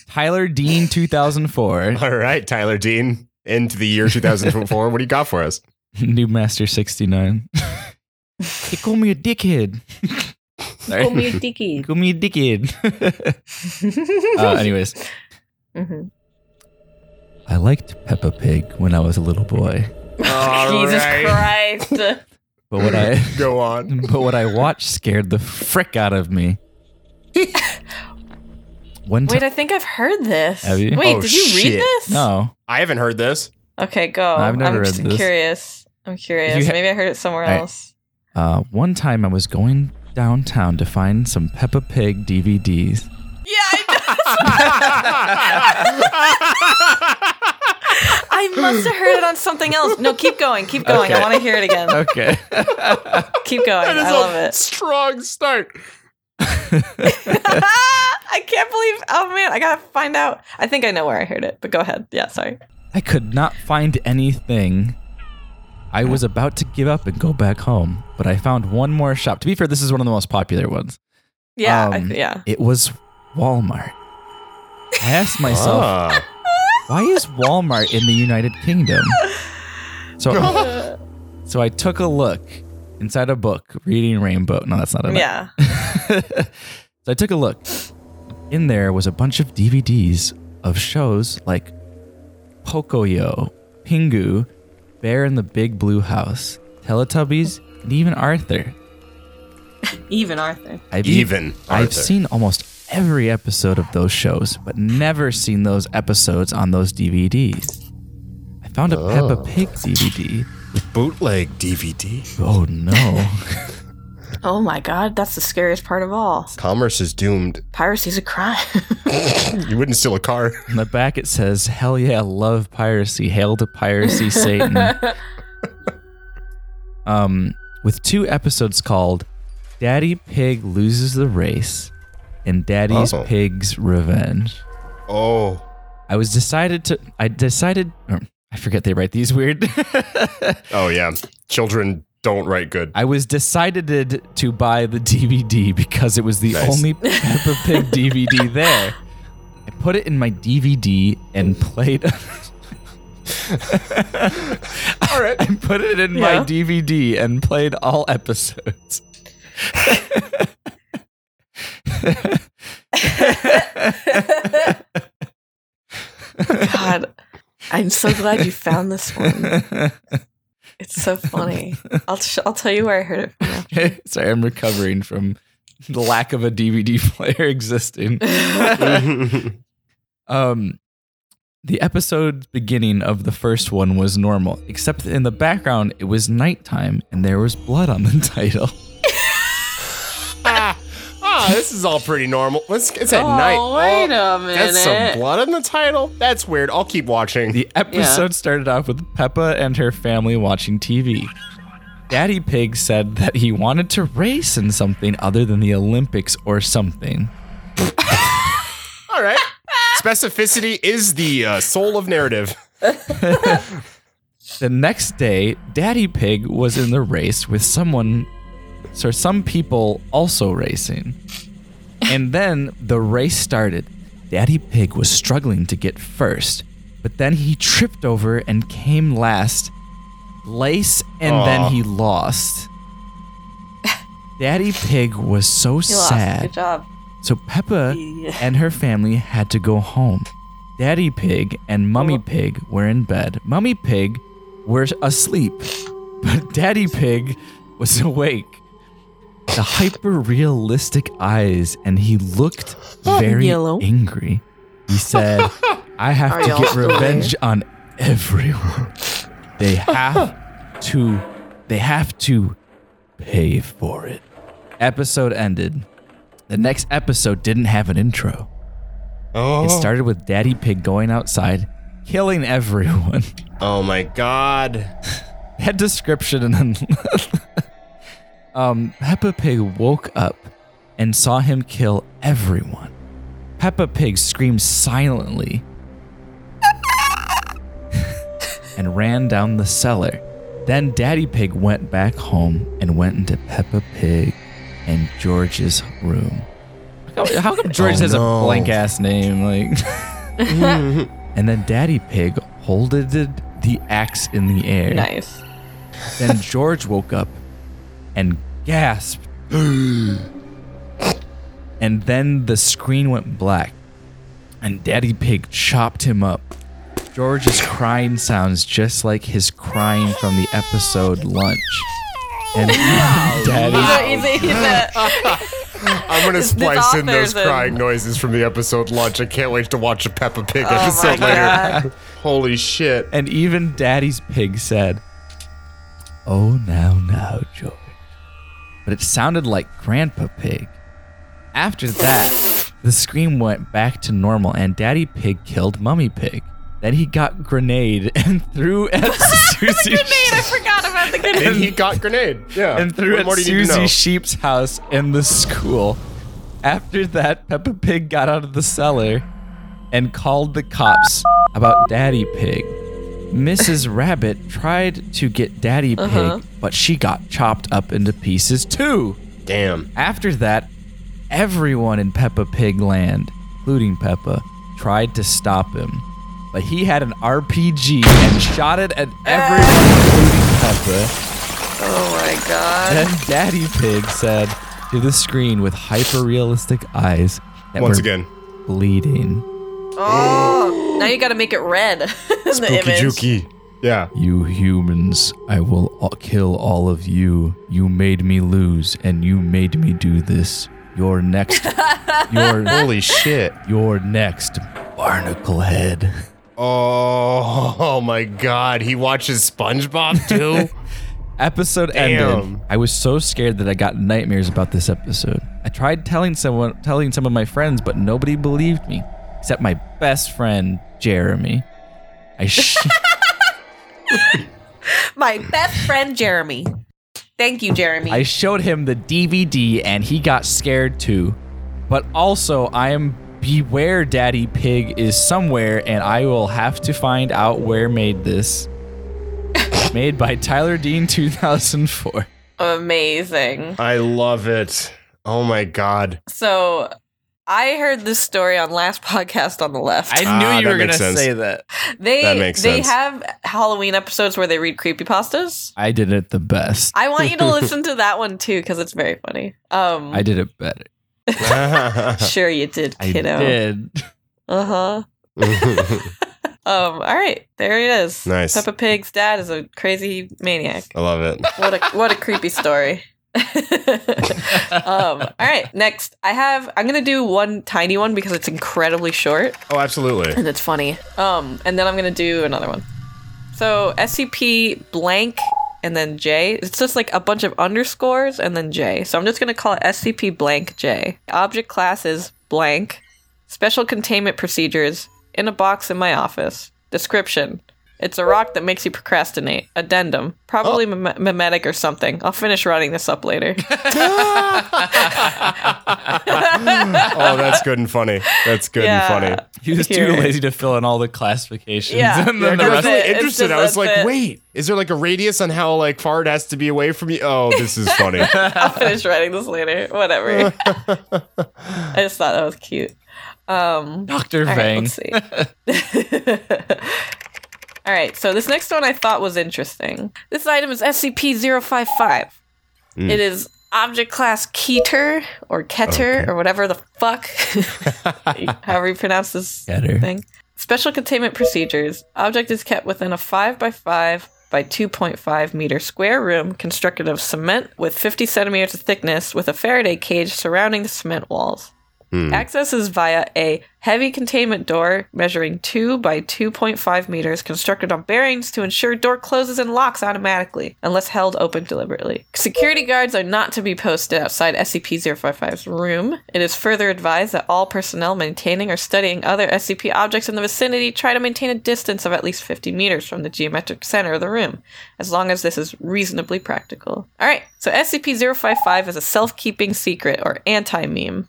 E: Tyler Dean 2004,
C: all right, Tyler Dean, into the year 2004. what do you got for us?
E: New Master 69. they call me a dickhead. Sorry.
D: Oh, me dicky.
E: Call me a dickhead. uh, anyways,
D: Mhm.
E: I liked Peppa Pig when I was a little boy,
D: Jesus Christ.
E: but what I
C: Go on.
E: but what I watched scared the frick out of me. One
D: Wait,
E: time,
D: I think I've heard this.
E: Have you?
D: Wait,
C: Oh,
D: did you
C: shit.
D: read this?
E: no,
C: I haven't heard this.
D: Okay, go.
E: I've
D: I'm
E: never read
D: just
E: this.
D: curious. I'm curious.
E: You ha-
D: Maybe I heard it somewhere
E: All right.
D: else.
E: Uh, one time I was going downtown to find some Peppa Pig DVDs.
D: Yeah, I, I must have heard it on something else. No, keep going. Keep going. I
E: Okay.
D: want to hear it again.
E: Okay.
D: Keep going.
F: That is
D: I
F: a
D: love it.
F: strong start.
D: I can't believe. Oh man, I gotta find out. I think I know where I heard it, but go ahead. Yeah, sorry.
E: I could not find anything. I was about to give up and go back home, but I found one more shop. To be fair, this is one of the most popular ones.
D: Yeah, I,
E: Um,
D: yeah.
E: It was Walmart. I asked myself,
F: Ah.
E: why is Walmart in the United Kingdom? So, so I took a look inside a book, reading Rainbow. No, that's not it.
D: Yeah.
E: So I took a look. In there was a bunch of DVDs of shows like Pocoyo, Pingu, Bear in the Big Blue House, Teletubbies, and even Arthur.
D: Even Arthur.
E: I've e-
C: Even
E: I've
C: Arthur.
E: seen almost every episode of those shows, but never seen those episodes on those DVDs. I found a
C: Oh.
E: Peppa Pig DVD.
C: Bootleg DVD.
E: Oh no.
D: Oh my God, that's the scariest part of all.
C: Commerce is doomed.
D: Piracy's a crime.
C: You wouldn't steal a car.
E: On the back it says, Hell yeah, love piracy, hail to piracy, Satan. um, with two episodes called Daddy Pig Loses the Race and Daddy's
C: Oh.
E: Pig's Revenge.
C: Oh.
E: I was decided to I decided or, I forget they write these weird.
C: Oh yeah. Children don't write good.
E: I was decided to buy the DVD because it was the
C: Nice.
E: only Peppa Pig DVD there. I put it in my DVD and played. all right. I put it in
D: Yeah.
E: my DVD and played all episodes.
D: God, I'm so glad you found this one. It's so funny. I'll sh- I'll tell you where I heard it from. now.
E: Sorry, I'm recovering from the lack of a DVD player existing.
D: Ah.
E: um the episode beginning of the first one was normal except in the background it was nighttime and there was blood on the title
F: ah, ah, this is all pretty normal. It's, it's at night.
D: wait
F: Oh,
D: a
F: That's
D: minute.
F: some blood in the title. That's weird. I'll keep watching.
E: the episode started off with peppa and her family watching tv daddy pig said that he wanted to race in something other than the olympics or something
F: all right. Specificity is the uh, soul of narrative.
E: the next day daddy pig was in the race with someone so some people also racing and then the race started daddy pig was struggling to get first but then he tripped over and came last lace and
F: Aw.
E: then he lost daddy pig was so
D: You lost. Good
E: sad
D: job.
E: so Peppa
D: Yeah.
E: and her family had to go home. Daddy Pig and
D: Oh.
E: Mummy Pig were in bed. Mummy Pig were asleep, but Daddy Pig was awake. The hyper realistic eyes, and he looked very
D: Oh, Yellow.
E: angry. He said, I have
D: Are
E: to
D: y'all
E: get
D: still
E: revenge on everyone. They have to, they have to pay for it. Episode ended. The next episode didn't have an intro.
F: Oh.
E: It started with Daddy Pig going outside, killing everyone.
F: Oh my god.
E: That description and then um, Peppa Pig woke up and saw him kill everyone. Peppa Pig screamed silently and ran down the cellar. Then Daddy Pig went back home and went into Peppa Pig and George's room. Oh, How come George has a blank ass name? Like, and then Daddy Pig holded the axe in the air.
D: Nice.
E: Then George woke up and gasped. and then the screen went black. And Daddy Pig chopped him up. George's crying sounds just like his crying from the episode Lunch. And Daddy,
D: He's a, he's a, he's a,
F: I'm gonna
D: It's
F: splice in those
D: authors and-
F: crying noises from the episode launch. I can't wait to watch a Peppa Pig
D: Oh my
F: episode later. Holy shit.
E: And even Daddy's pig said, Oh, now, now, George. But it sounded like Grandpa Pig. After that, the scream went back to normal, and Daddy Pig killed Mummy Pig. Then he got grenade and threw at Susie.
D: I forgot about the
F: And
D: grenade.
F: he got grenade. Yeah.
E: and threw
F: What
E: at
F: more do you need to
E: Susie
F: know?
E: Sheep's house in the school. After that, Peppa Pig got out of the cellar and called the cops about Daddy Pig. Mrs. Rabbit tried to get Daddy Pig, but she got chopped up into pieces too.
F: Damn.
E: After that, everyone in Peppa Pig Land, including Peppa, tried to stop him. But he had an RPG and shot it at everyone, including Peppa.
D: Oh my god.
E: Then Daddy Pig said to the screen with hyper realistic eyes that
C: Once
E: were
C: again,
E: bleeding.
D: Now you gotta make it red in the image.
F: Juki. Yeah.
E: You humans, I will a- kill all of you. You made me lose, and you made me do this. You're next. you're
F: Holy shit.
E: you're next, barnacle head.
F: Oh, oh my god. He watches SpongeBob too?
E: Episode ended.
F: Damn.
E: I was so scared that I got nightmares about this episode. I tried telling someone, telling some of my friends, but nobody believed me, except my best friend Jeremy. I sh-
D: My best friend Jeremy. Thank you, Jeremy.
E: I showed him the DVD and he got scared too. But also, I am beware Daddy Pig is somewhere and I will have to find out where made this. made by Tyler Dean 2004.
D: Amazing.
F: I love it. Oh my god.
D: So I heard this story on last podcast on the left.
E: I
F: Ah,
E: knew
F: that
E: you were going to
F: makes sense.
E: say that.
D: they
F: that makes
D: they
F: sense.
D: have Halloween episodes where they read creepypastas.
E: I did it the best.
D: I want you to listen to that one too because it's very funny. Um,
E: I did it better.
D: sure you did,
E: I
D: kiddo.
E: did.
D: Uh huh.
F: I
D: Um, all right, there it is.
F: Nice.
D: Peppa Pig's dad is a crazy maniac.
F: love it.
D: What a what a creepy story. um, all right, next I have I'm gonna do one tiny one because it's incredibly short
F: Oh, absolutely.
D: and it's funny. Um, and then I'm gonna do another one. So SCP blank and then J. It's just like a bunch of underscores and then J. So I'm just gonna call it SCP blank J. Object class is blank. Special containment procedures in a box in my office. Description. It's a rock that makes you procrastinate. Addendum. Probably mim- mimetic or something. I'll finish running this up later.
F: Oh, that's good and funny. That's good
D: Yeah.
F: and funny.
E: He was too
D: Here.
E: lazy to fill in all the classifications.
D: Yeah.
E: And then
D: Yeah,
E: the
F: I was
D: that's
E: rest.
F: really
D: it. It's
F: interested.
D: just
F: I was
D: that's
F: like,
D: it.
F: wait, is there like a radius on how like far it has to be away from you? Oh, this is funny.
D: I'll finish writing this later. Whatever. I just thought that was cute. Um,
E: Dr.
D: All right,
E: Vang.
D: let's see. All right, so this next one I thought was interesting. This item is SCP 055. It is object class Keter or Keter or whatever the fuck, however you pronounce this
E: Keter.
D: thing. Special containment procedures. Object is kept within a 5 by 5 by 2.5 meter square room constructed of cement with 50 centimeters of thickness with a Faraday cage surrounding the cement walls. Access is via a heavy containment door measuring 2 by 2.5 meters constructed on bearings to ensure door closes and locks automatically unless held open deliberately. Security guards are not to be posted outside SCP 055's room. It is further advised that all personnel maintaining or studying other SCP objects in the vicinity try to maintain a distance of at least 50 meters from the geometric center of the room, as long as this is reasonably practical. Alright, so SCP 055 is a self keeping secret or anti meme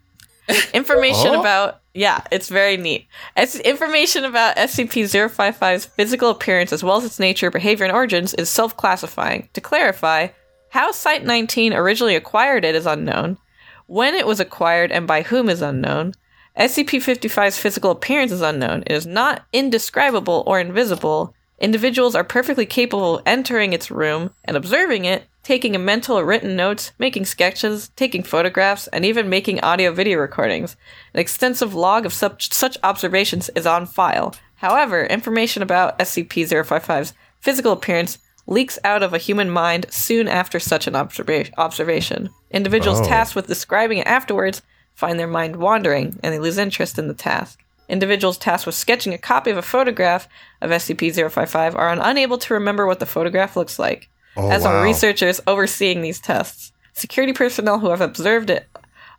D: information about yeah it's very neat As information about scp-055's physical appearance as well as its nature behavior and origins is self-classifying to clarify how site-19 originally acquired it is unknown when it was acquired and by whom is unknown scp-55's physical appearance is unknown it is not indescribable or invisible individuals are perfectly capable of entering its room and observing it taking a mental or written notes, making sketches, taking photographs, and even making audio video recordings. An extensive log of such, such observations is on file. However, information about SCP 055's physical appearance leaks out of a human mind soon after such an observa- observation. Individuals
G: Oh.
D: tasked with describing it afterwards find their mind wandering and they lose interest in the task. Individuals tasked with sketching a copy of a photograph of SCP 055 are unable to remember what the photograph looks like
G: Oh,
D: as
G: wow.
D: are researchers overseeing these tests. Security personnel who have observed it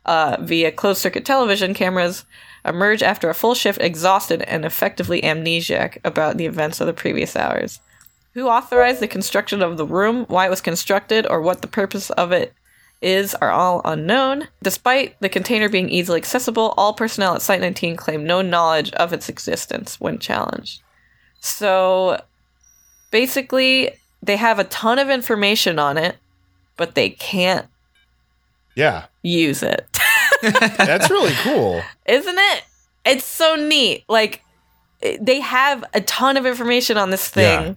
D: uh, via closed circuit television cameras emerge after a full shift exhausted and effectively amnesiac about the events of the previous hours. Who authorized the construction of the room, why it was constructed, or what the purpose of it is are all unknown. Despite the container being easily accessible, all personnel at Site 19 claim no knowledge of its existence when challenged. So basically, they have a ton of information on it, but they can't
C: Yeah,
D: use it.
C: that's really cool.
D: Isn't it? It's so neat. Like, it- they have a ton of information on this thing,
C: Yeah.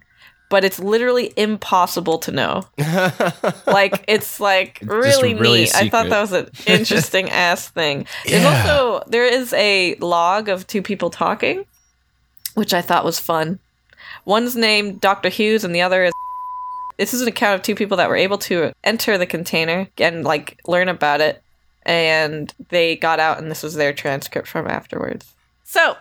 D: but it's literally impossible to know. like it's like
E: just
D: really,
E: really
D: neat. I thought
E: secret.
D: that was an interesting ass thing. There's
G: Yeah.
D: also there is a log of two people talking, which I thought was fun. One's named Dr. Hughes and the other is this is an account of two people that were able to enter the container and like learn about it and they got out and this was their transcript from afterwards. So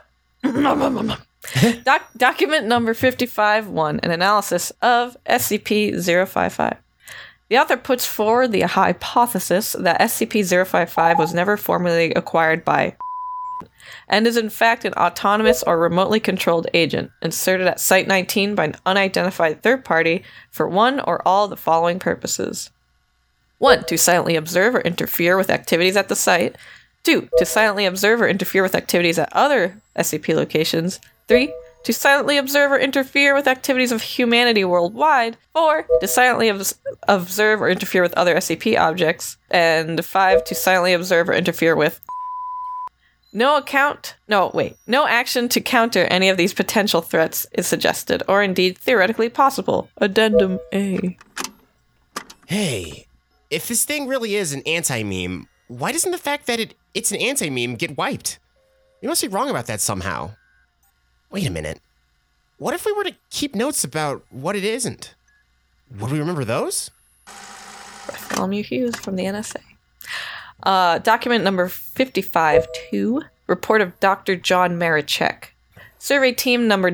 D: Doc- document number 55-1, an analysis of SCP-055. The author puts forward the hypothesis that SCP-055 was never formally acquired by and is in fact an autonomous or remotely controlled agent inserted at Site 19 by an unidentified third party for one or all the following purposes. 1. To silently observe or interfere with activities at the site. 2. To silently observe or interfere with activities at other SCP locations. 3. To silently observe or interfere with activities of humanity worldwide. 4. To silently obs- observe or interfere with other SCP objects. And 5. To silently observe or interfere with. No account. No, wait. No action to counter any of these potential threats is suggested, or indeed theoretically possible. Addendum A.
C: Hey, if this thing really is an anti-meme, why doesn't the fact that it it's an anti-meme get wiped? You must be wrong about that somehow. Wait a minute. What if we were to keep notes about what it isn't? Would we remember those?
D: Bartholomew Hughes from the NSA. Uh, document number 55-2, report of Dr. John Marichek. Survey team number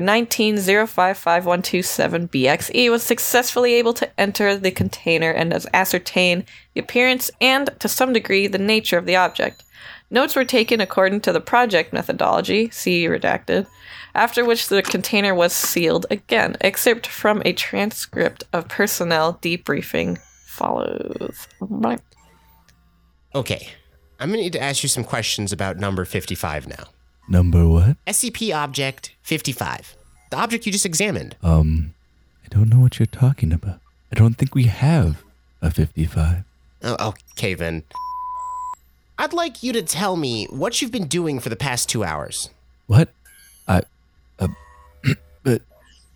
D: 190555127BXE E was successfully able to enter the container and as- ascertain the appearance and, to some degree, the nature of the object. Notes were taken according to the project methodology, see redacted, after which the container was sealed again. Excerpt from a transcript of personnel debriefing follows. Right.
C: Okay. I'm going to need to ask you some questions about number 55 now.
E: Number what?
C: SCP Object 55. The object you just examined.
E: Um, I don't know what you're talking about. I don't think we have a 55.
C: Oh, okay, then. I'd like you to tell me what you've been doing for the past two hours.
E: What? I, uh, but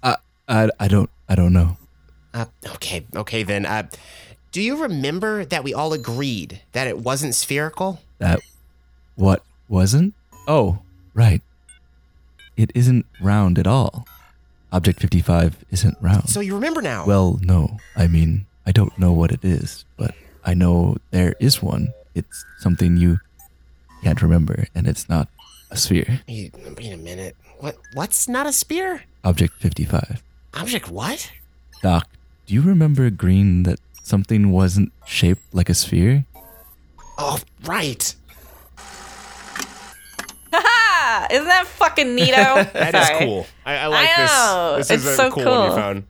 E: I, I, I don't, I don't know.
C: Uh, okay, okay, then. Uh, do you remember that we all agreed that it wasn't spherical?
E: That, what wasn't? Oh, right. It isn't round at all. Object 55 isn't round.
C: So you remember now.
E: Well, no. I mean, I don't know what it is, but I know there is one. It's something you can't remember, and it's not a sphere.
C: Wait, wait a minute. What? What's not a spear?
E: Object 55.
C: Object what?
E: Doc, do you remember agreeing that something wasn't shaped like a sphere?
C: Oh, right.
D: Ah, isn't that fucking neato?
C: That is cool. I, I like
D: know.
C: this. This is
D: Oh, It's
C: a
D: so
C: cool, one you
D: cool.
C: found.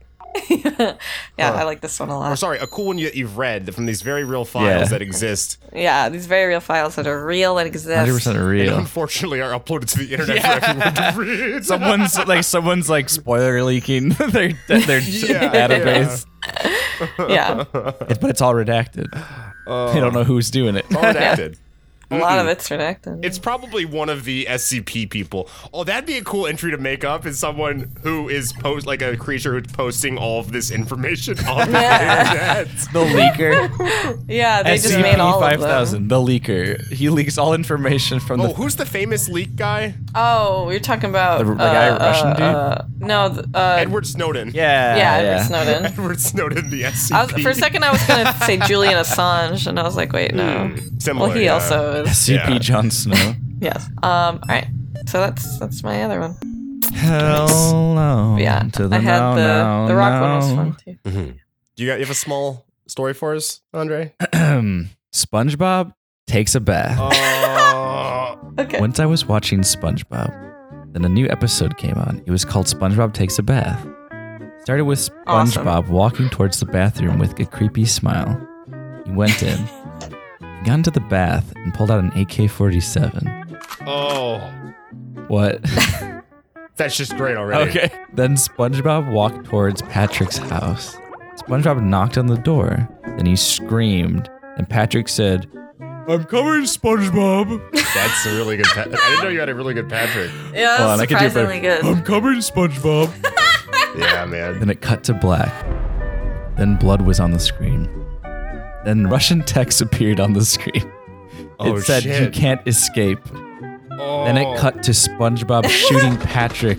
D: Yeah, I like this one a
C: Or
D: lot.
C: sorry, a cool one that you've read from these very real files
E: Yeah.
C: that exist
D: Yeah, these very real files that are real and exist.
E: 100%
C: and
E: real.
C: unfortunately are uploaded to the internet for everyone to read.
E: someone's like someone's like spoiler leaking their their database,
D: Yeah. Oh.
E: but it's all redacted. they don't know who's doing it.
C: Redacted.
D: A lot of it's redacted.
F: It's probably one of the SCP people. Oh, that'd be a cool entry to make up is someone who is post like a creature who's posting all of this information on the internet.
E: The leaker.
D: yeah, they just made all of them.
E: SCP-5000, the leaker. He leaks all information from
F: Oh,
E: the
F: who's the famous leak guy?
D: Oh, you're talking about
E: The- the guy,
D: uh,
E: Russian dude?
D: uh, no, th- uh,
F: Edward Snowden.
E: yeah,
D: yeah, Edward Snowden.
F: Edward Snowden, the SCP.
D: I was, for a second, I was gonna say Julian Assange, and I was like, wait, no.
F: Similar,
C: Oh
D: Well, he
F: yeah.
D: also is.
E: SCP
F: Yeah.
E: Jon Snow.
D: Yes. Um. All right. So that's that's my other one.
E: Hell no.
D: Yeah.
E: to
D: I had
E: no,
D: the
E: no,
D: the rock one was
E: no.
D: fun too.
F: Mm-hmm. Do you, got, you have a small story for us, Andre?
E: SpongeBob takes a bath.
F: Uh,
D: Okay.
E: Once I was watching SpongeBob, then a new episode came on. It was called SpongeBob Takes a Bath. Started with
D: Awesome.
E: SpongeBob walking towards the bathroom with a creepy smile. He went in, got into the bath, and pulled out an AK 47.
F: Oh,
E: What?
F: that's just great already.
E: Then SpongeBob walked towards Patrick's house. SpongeBob knocked on the door. Then he screamed, and Patrick said, I'm coming, SpongeBob.
F: That's a really good. Pa- I didn't know you had a really good Patrick.
D: Yeah,
E: Hold on,
D: that's
E: I could do
D: surprisingly good.
E: I'm coming, SpongeBob.
F: Yeah, man.
E: Then it cut to black. Then blood was on the screen. Then Russian text appeared on the screen.
F: Oh,
E: it said, You
F: shit.
E: can't escape.
F: Oh.
E: Then it cut to SpongeBob shooting Patrick.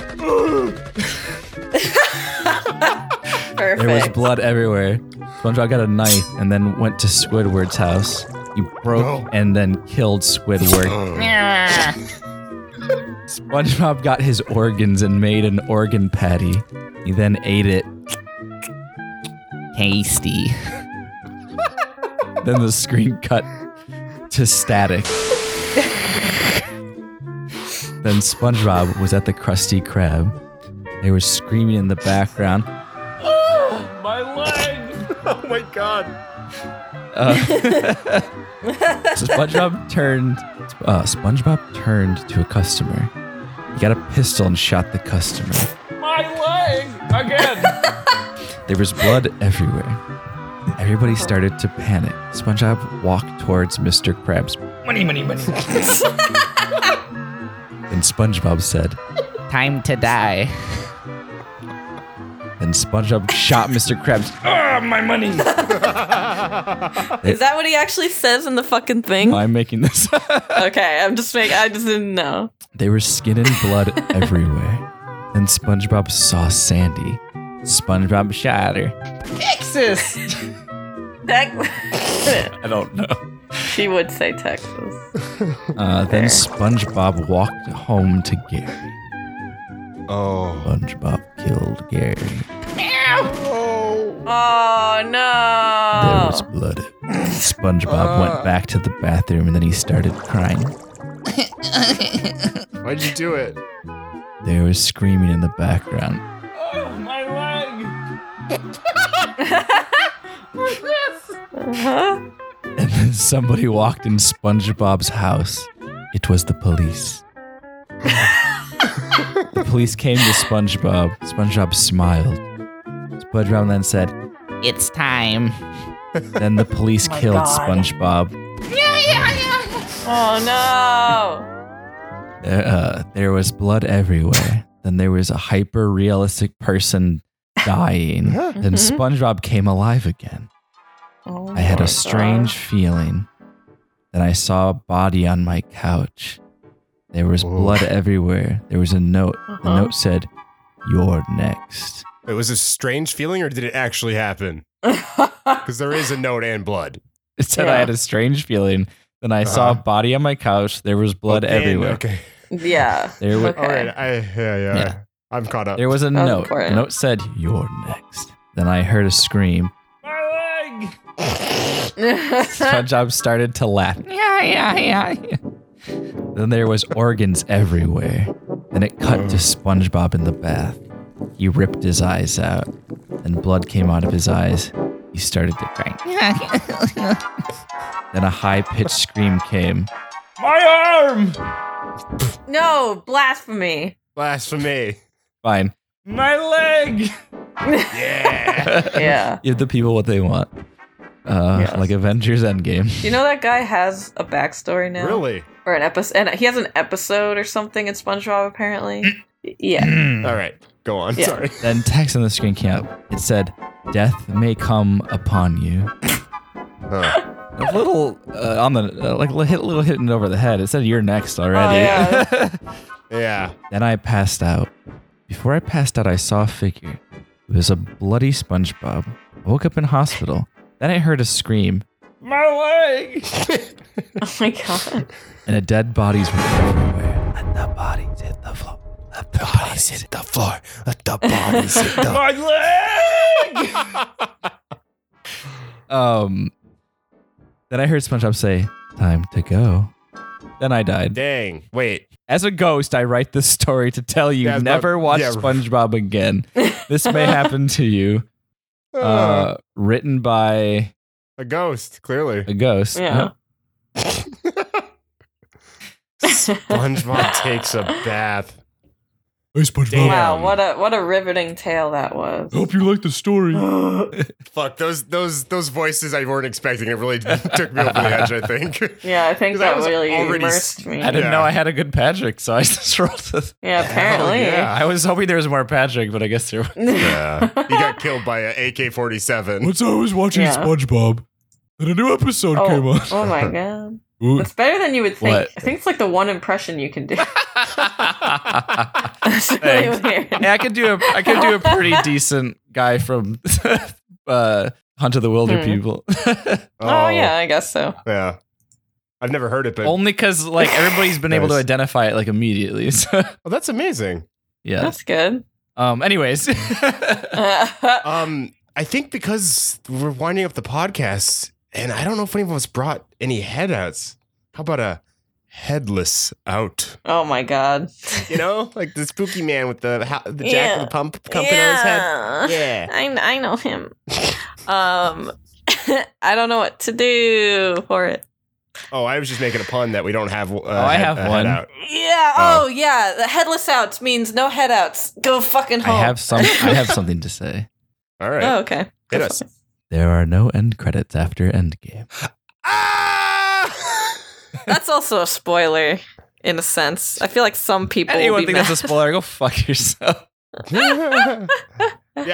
D: Perfect.
E: There was blood everywhere. SpongeBob got a knife and then went to Squidward's house. He broke and then killed Squidward. SpongeBob got his organs and made an organ patty. He then ate it. Tasty. then the screen cut to static. then SpongeBob was at the Krusty Krab. They were screaming in the background.
F: Oh my god.
E: So Uh, SpongeBob turned. Uh, SpongeBob turned to a customer. He got a pistol and shot the customer. There was blood everywhere. Everybody started to panic. SpongeBob walked towards Mr. Krabs. Money, money, money. and SpongeBob said,
I: Time to die.
E: and SpongeBob shot Mr. Krabs.
D: Is that what he actually says in the fucking thing?
E: I'm making this up.
D: Okay, I'm just making. I just didn't know.
E: There was skin and blood everywhere. Then SpongeBob saw Sandy. SpongeBob shot her.
D: That-
E: I don't know.
D: she would say Texas.
E: Uh, then SpongeBob walked home to Gary.
C: Oh.
E: SpongeBob killed Gary.
D: Oh
E: There
D: no!
E: was blood. SpongeBob went back to the bathroom and then he started crying.
F: Why'd you do it?
E: There was screaming in the background. Oh, my leg! and then somebody walked in SpongeBob's house. It was the police. the police came to SpongeBob. SpongeBob smiled. SpongeBob then said,
I: It's time.
E: Then the police killed SpongeBob.
D: oh no!
E: There, uh, there was blood everywhere. then there was a hyper realistic person dying.
D: Mm-hmm.
E: then SpongeBob came alive again.
D: Oh,
E: I had
D: my
E: a strange
D: God.
E: feeling. Then I saw a body on my couch. There was blood everywhere. There was a note. The
D: Uh-huh.
E: note said, You're next.
F: It was a strange feeling, or did it actually happen? Because there is a note and blood.
E: It said I
D: Yeah.
E: had a strange feeling. Then I saw a
F: Uh-huh.
E: body on my couch. There was blood
F: And-
E: everywhere.
F: Okay.
D: Yeah.
E: There was,
D: Okay.
F: All right. I, yeah, yeah,
E: Yeah.
F: I'm caught up.
E: There was a
D: That was
E: note.
D: important.
E: The note said, You're next. Then I heard a scream. SpongeBob started to laugh.
I: Yeah, yeah, yeah.
E: Then there was organs everywhere. Then it cut to SpongeBob in the bath. He ripped his eyes out, and blood came out of his eyes. He started to cry. Then a high-pitched scream came.
D: no blasphemy.
F: blasphemy.
E: Fine.
D: Yeah.
E: Give the people what they want. uh,
D: Yes.
E: like Avengers Endgame.
D: You know that guy has a backstory now,
C: Really?
D: or an episode, and he has an episode or something in SpongeBob apparently. yeah,
C: All right, go on.
D: Yeah.
C: Sorry.
E: Then text on the screen came up. It said, "Death may come upon you."
C: Huh.
E: A little uh, on the uh, like li- hit, little hitting over the head. It said, "You're next already."
D: Oh,
C: Yeah.
E: Then I passed out. Before I passed out, I saw a figure. It was a bloody SpongeBob. I woke up in hospital. Then I heard a scream. My leg!
D: oh my god.
E: and a dead bodies were everywhere. Let the bodies hit the floor. Let the bodies hit the floor. Let the bodies hit the My leg! um Then I heard SpongeBob say, Time to go. Then I died.
C: Dang. Wait.
E: As a ghost, I write this story to tell you
C: Yeah,
E: never
C: but-
E: watch
C: yeah.
E: SpongeBob again. This may happen to you.
C: Uh,
E: Uh, written by
C: a ghost, clearly.
E: a ghost.
D: Yeah.
C: SpongeBob takes a bath.
H: Hey, SpongeBob.
C: Damn.
D: Wow, what a what a riveting tale that was.
H: Hope you like the story.
C: Fuck those those those voices I weren't expecting. It really took me over the edge. I think.
D: Yeah, I think
C: 'Cause I
D: that
C: was
D: really
C: already
D: immersed
C: s-
D: me.
E: I didn't
C: Yeah.
E: know I had a good Patrick, so I just rolled this.
D: Yeah, apparently.
C: yeah.
E: I was hoping there was more Patrick, but I guess there was.
C: Yeah. He got killed by a AK forty seven.
H: Once I was watching
D: Yeah.
H: SpongeBob, and a new episode came
D: Oh,
H: on.
D: oh my god.
H: Ooh,
D: It's better than you would think.
E: What?
D: I think it's like the one impression you can do. It's really
E: Thanks.
D: weird.
E: Yeah, I could do a I could do a pretty decent guy from uh Hunt of the Wilder
D: Hmm.
E: People.
D: Oh yeah, I guess so.
C: Yeah. I've never heard it, but
E: Only cuz like everybody's been able to
C: Nice.
E: identify it like immediately. So
C: oh, that's amazing.
E: yeah.
D: That's good.
E: Um anyways.
D: Uh,
C: Um, I think because we're winding up the podcast, and I don't know if any of us brought any headouts. How about a headless out?
D: oh my god.
C: You know, like the spooky man with the ha- the jack
D: Yeah.
C: with the pump pumpkin on his head.
D: I, kn- I know him. Um, I don't know what to do for it.
C: Yeah. Oh, I was just making a pun that we don't have. Uh, oh,
E: I have one.
D: Yeah.
C: Oh.
D: Oh, yeah. The headless outs means no head outs. Go fucking
E: I
D: home.
E: have some I have something to say.
C: All right.
D: Oh, okay.
C: Hit us.
E: There are no end credits after Endgame.
C: Ah!
D: That's also a spoiler in a sense. I feel like some people.
E: Anyone
D: will be
E: think that's a
D: mad.
E: spoiler? Go fuck yourself.
C: yeah,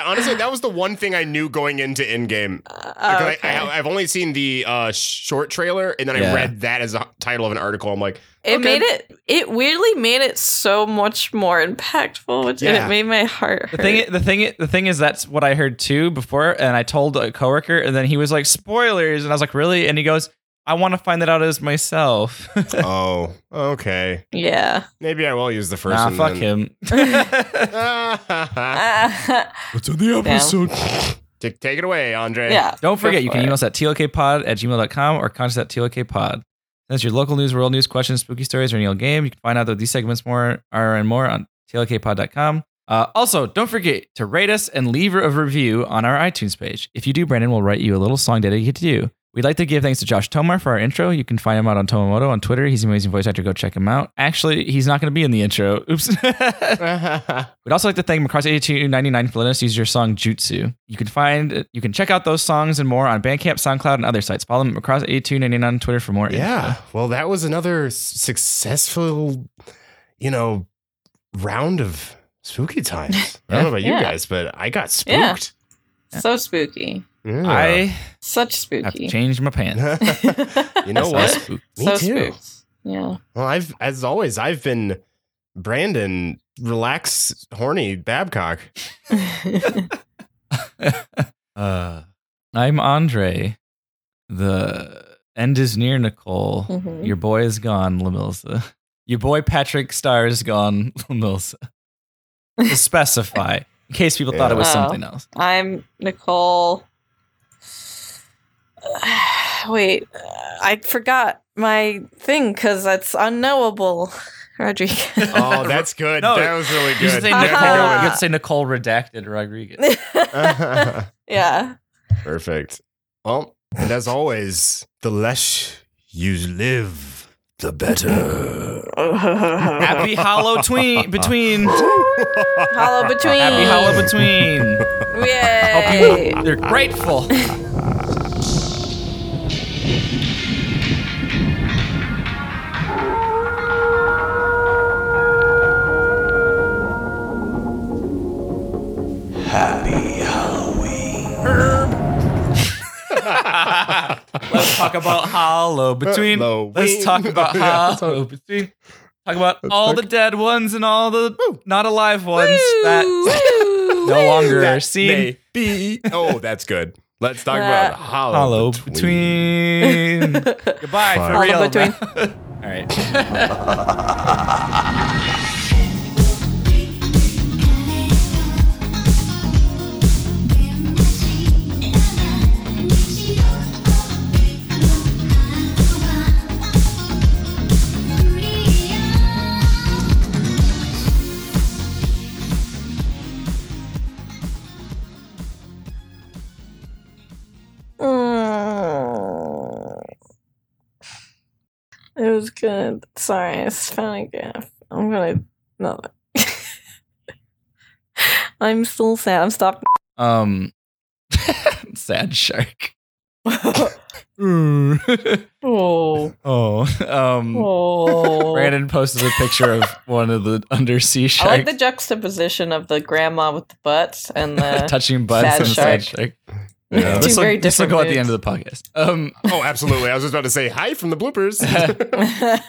C: honestly, that was the one thing I knew going into Endgame.
D: Uh,
C: Because
D: okay.
C: I, I, I've only seen the uh, short trailer, and then
E: Yeah.
C: I read that as a title of an article. I'm like, okay.
D: it made it. It weirdly made it so much more impactful, which and
C: Yeah.
D: it made my heart.
E: The
D: Hurt.
E: thing, the thing, the thing is that's what I heard too before, and I told a coworker, and then he was like, "Spoilers," and I was like, "Really?" And he goes, "I want to find that out as myself."
C: oh, okay.
D: yeah.
C: Maybe I will use the first
E: nah,
C: one.
E: fuck him. yeah,
C: him.
D: Uh,
H: What's in the episode?
C: take, take it away, Andre.
D: yeah.
E: Don't forget, you
D: for
E: can
D: it.
E: email us at tlkpod at gmail.com or contact at tlkpod. That's your local news, world news, questions, spooky stories, or any old game. You can find out that these segments more are and more on tlkpod.com. Uh, also, don't forget to rate us and leave a review on our iTunes page. If you do, Brandon will write you a little song dedicated to you. We'd like to give thanks to Josh Tomar for our intro. You can find him out on Tomamoto on Twitter. He's an amazing voice actor. Go check him out. Actually, he's not going to be in the intro. Oops. We'd also like to thank Macross8299 for letting us use your song Jutsu. You can find, you can check out those songs and more on Bandcamp, SoundCloud, and other sites. Follow them at Macross8299 on Twitter for more.
C: yeah. Well, that was another s- successful, you know, round of spooky times. I don't know about you
D: Yeah.
C: guys, but I got
D: Yeah.
C: spooked.
D: So spooky.
C: Yeah.
E: I
D: Such
E: have to
D: spooky.
E: change my pants.
C: you know
E: So
C: what?
E: spooked.
C: Me
D: so
C: too.
D: spooked. Yeah.
C: Well, I've as always, I've been Brandon, relax, horny Babcock.
E: Uh, I'm Andre. The end is near, Nicole.
D: Mhm.
E: Your boy is gone, Lamilsa. Your boy Patrick Star is gone, Lamilsa. To specify, in case people thought it was
D: Yeah. Oh.
E: something else.
D: I'm Nicole. Wait, I forgot my thing because that's unknowable, Rodriguez.
C: Oh, that's good.
E: No,
C: that was really
E: You should
C: good.
E: say
D: There
E: Nicole.
D: we
E: You
D: go.
E: could say Nicole redacted Rodriguez.
D: yeah.
C: Perfect. Well, and as always, the less you live, the better.
E: Happy Hollow tween between.
D: Hollow between.
E: Happy Hollow between.
D: Yay.
E: Hope you, they're grateful. Let's talk about hollow between.
C: Hello.
E: Let's talk about hollow between. Talk about all the dead ones and all the not alive ones that no longer are seen.
C: B. Oh, that's good. Let's talk
D: Uh,
C: about hollow,
E: Hollow Oh, between. Goodbye
C: Fine.
E: for real.
D: Hollow between.
E: all right.
D: Mm. It was good. Sorry, I just found a gap. I'm gonna no. I'm still sad. I'm stopped.
E: Um, sad shark. Ooh.
D: Oh,
E: oh, um,
D: oh.
E: Brandon posted a picture of one of the undersea
D: I like the
E: sharks
D: juxtaposition of the grandma with the butts and the.
E: touching butts
D: uh, sad
E: and the sad
D: shark.
E: shark.
C: Yeah.
D: Two
E: This will,
D: very
E: this will
D: different
E: go at the
D: moods.
E: end of the podcast. Um,
C: Oh, absolutely. I was just about to say hi from the bloopers.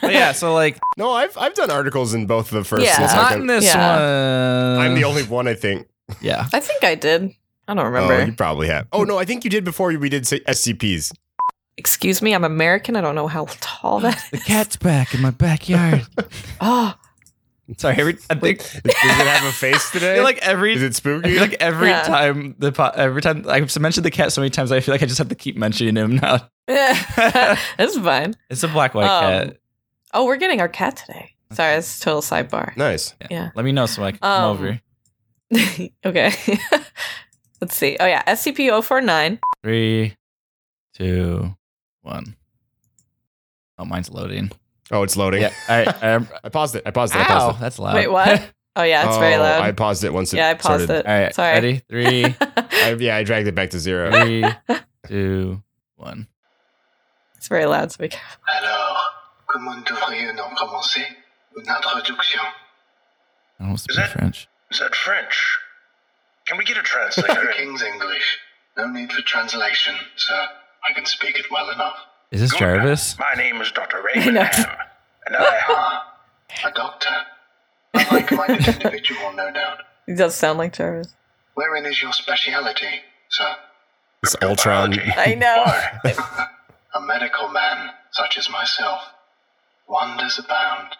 E: but yeah, so like
C: no, I've I've done articles in both the first
D: Yeah.
C: and
E: not in Uh,
C: second.
E: this one.
C: I'm the only one I think.
E: Yeah.
D: I think I did. I don't
C: Oh,
D: remember.
C: you probably have. Oh no, I think you did before we did say SCPs.
D: Excuse me, I'm American. I don't know how tall that is.
E: The cat's back in my backyard.
D: Oh,
E: Sorry, every I think
C: Does it have a face
E: I
C: today?
E: feel like every
C: Is it
E: I
C: spooky?
E: feel like every
D: Yeah.
E: time the po- every time I've mentioned the cat so many times, I feel like I just have to keep mentioning him now.
D: that's fine.
E: It's a black white
D: Um,
E: cat.
D: Oh, we're getting our cat today. Sorry, that's total sidebar.
C: nice.
D: yeah.
E: Let me know so I can come
D: um,
E: over.
D: okay. Let's see. Oh yeah, SCP 049.
E: Three, two, one. Oh, mine's loading.
C: Oh, it's loading.
E: Yeah. All right. Um,
C: I paused it. I paused it. I
E: ow,
C: paused it.
E: that's loud.
D: Wait, what? Oh yeah, it's very
C: Oh,
D: loud.
C: I paused it once. It
D: yeah, I paused
C: started.
E: All right.
D: it. Sorry.
E: Ready? Three,
C: I, yeah, I dragged it back to zero.
E: three, two, one.
D: it's very loud. So we can...
J: Alors, comment devrions-nous commencer une introduction
E: I don't speak French.
K: Is that French? Can we get a
J: The
K: translator?
J: King's English. No need for translation, sir. I can speak it well enough.
E: Is this
K: Good.
E: Jarvis?
K: My name is Dr.
D: know.
K: Ravenham, and I have
J: Ah, a doctor. A like-minded individual, no doubt.
D: It does sound like Jarvis.
J: Wherein is your speciality, sir?
C: It's Ultron.
D: I know.
J: A medical man, such as myself. Wonders abound.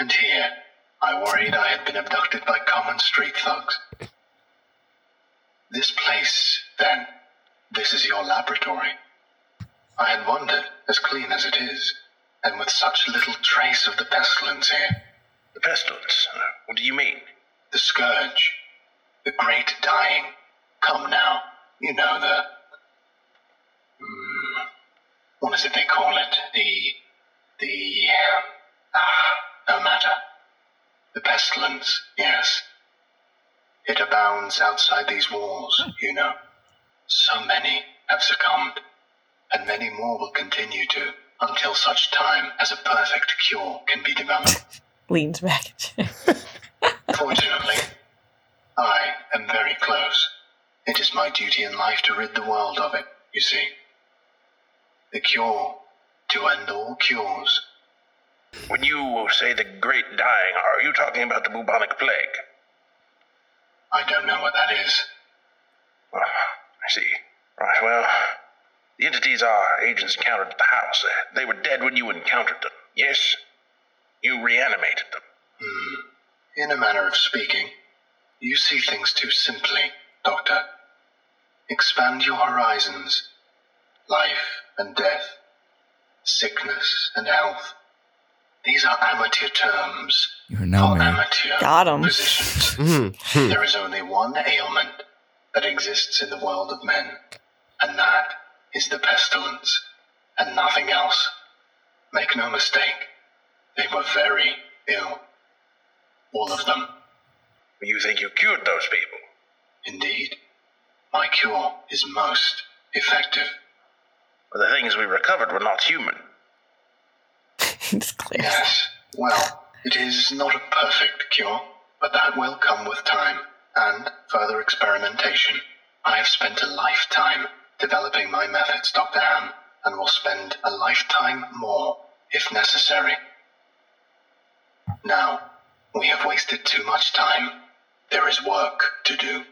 J: And here, I worried I had been abducted by common street thugs. This place, then, this is your laboratory. I had wondered, as clean as it is, and with such little trace of the pestilence here,
K: the pestilence. Uh, What do you mean?
J: the scourge, the great dying. Come now, you know the. Mm, what is it they call it? The. The. Ah, no matter. The pestilence, yes. It abounds outside these walls, you know. So many have succumbed, and many more will continue to until such time as a perfect cure can be developed.
D: Leans back. in chair.
J: Fortunately, I am very close. It is my duty in life to rid the world of it, you see. The cure to end all cures.
K: When you say the great dying, are you talking about the bubonic plague?
J: I don't know what that is.
K: Uh, I see. Right, well, the entities our agents encountered at the house, uh, they were dead when you encountered them, yes? You reanimated them.
J: Hmm. In a manner of speaking, you see things too simply, Doctor. Expand your horizons. Life and death, sickness and health. These are amateur terms
E: You are now
J: for
E: married.
J: amateur
D: Got 'em.
J: physicians.
C: Mhm. Hmm.
J: There is only one ailment that exists in the world of men, and that is the pestilence, and nothing else. Make no mistake, they were very ill. All of them,
K: You think you cured those people?
J: indeed. My cure is most effective.
K: but the things we recovered were not human.
D: it's clear.
J: Yes. Well, it is not a perfect cure, but that will come with time and further experimentation. I have spent a lifetime developing my methods, Dr. Ham, and will spend a lifetime more if necessary. Now, we have wasted too much time. There is work to do.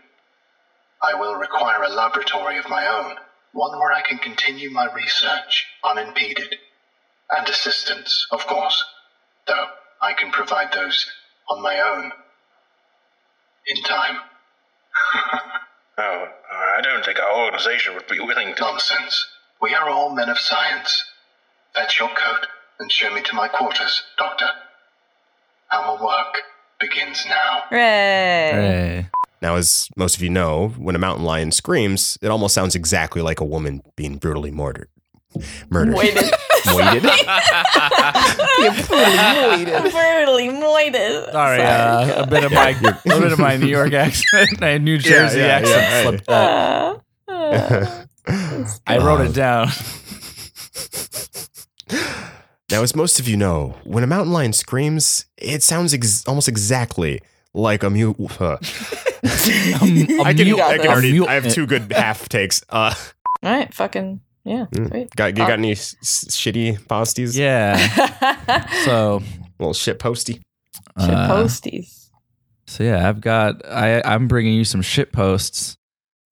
J: I will require a laboratory of my own, one where I can continue my research unimpeded. And assistance, of course, though I can provide those on my own. In time.
K: Oh, I don't think our organization would be willing to.
J: Nonsense. We are all men of science. Fetch your coat and show me to my quarters, Doctor. Our work begins now.
C: Now, as most of you know, when a mountain lion screams, it almost sounds exactly like a woman being brutally murdered. Murdered.
D: Moited.
C: Waited.
D: Brutally moited.
E: Sorry, uh, a bit of my a little bit of my New York accent, my New Jersey
C: yeah,
E: accent
C: yeah, right.
E: slipped up.
C: Um,
E: I wrote
C: Uh,
E: it down.
C: Now, as most of you know, when a mountain lion screams, it sounds ex- almost exactly like a mute. Uh, I can,
D: mute-
C: um, I can
D: a
C: already.
E: mute-
C: I have two good half takes. Uh,
D: All right, fucking yeah,
C: Mm.
D: great.
C: got, you got any s- s- shitty posties?
E: Yeah. So
C: Little shit posty.
D: Shit
E: uh,
D: posties.
E: so yeah, I've got I I'm bringing you some shit posts.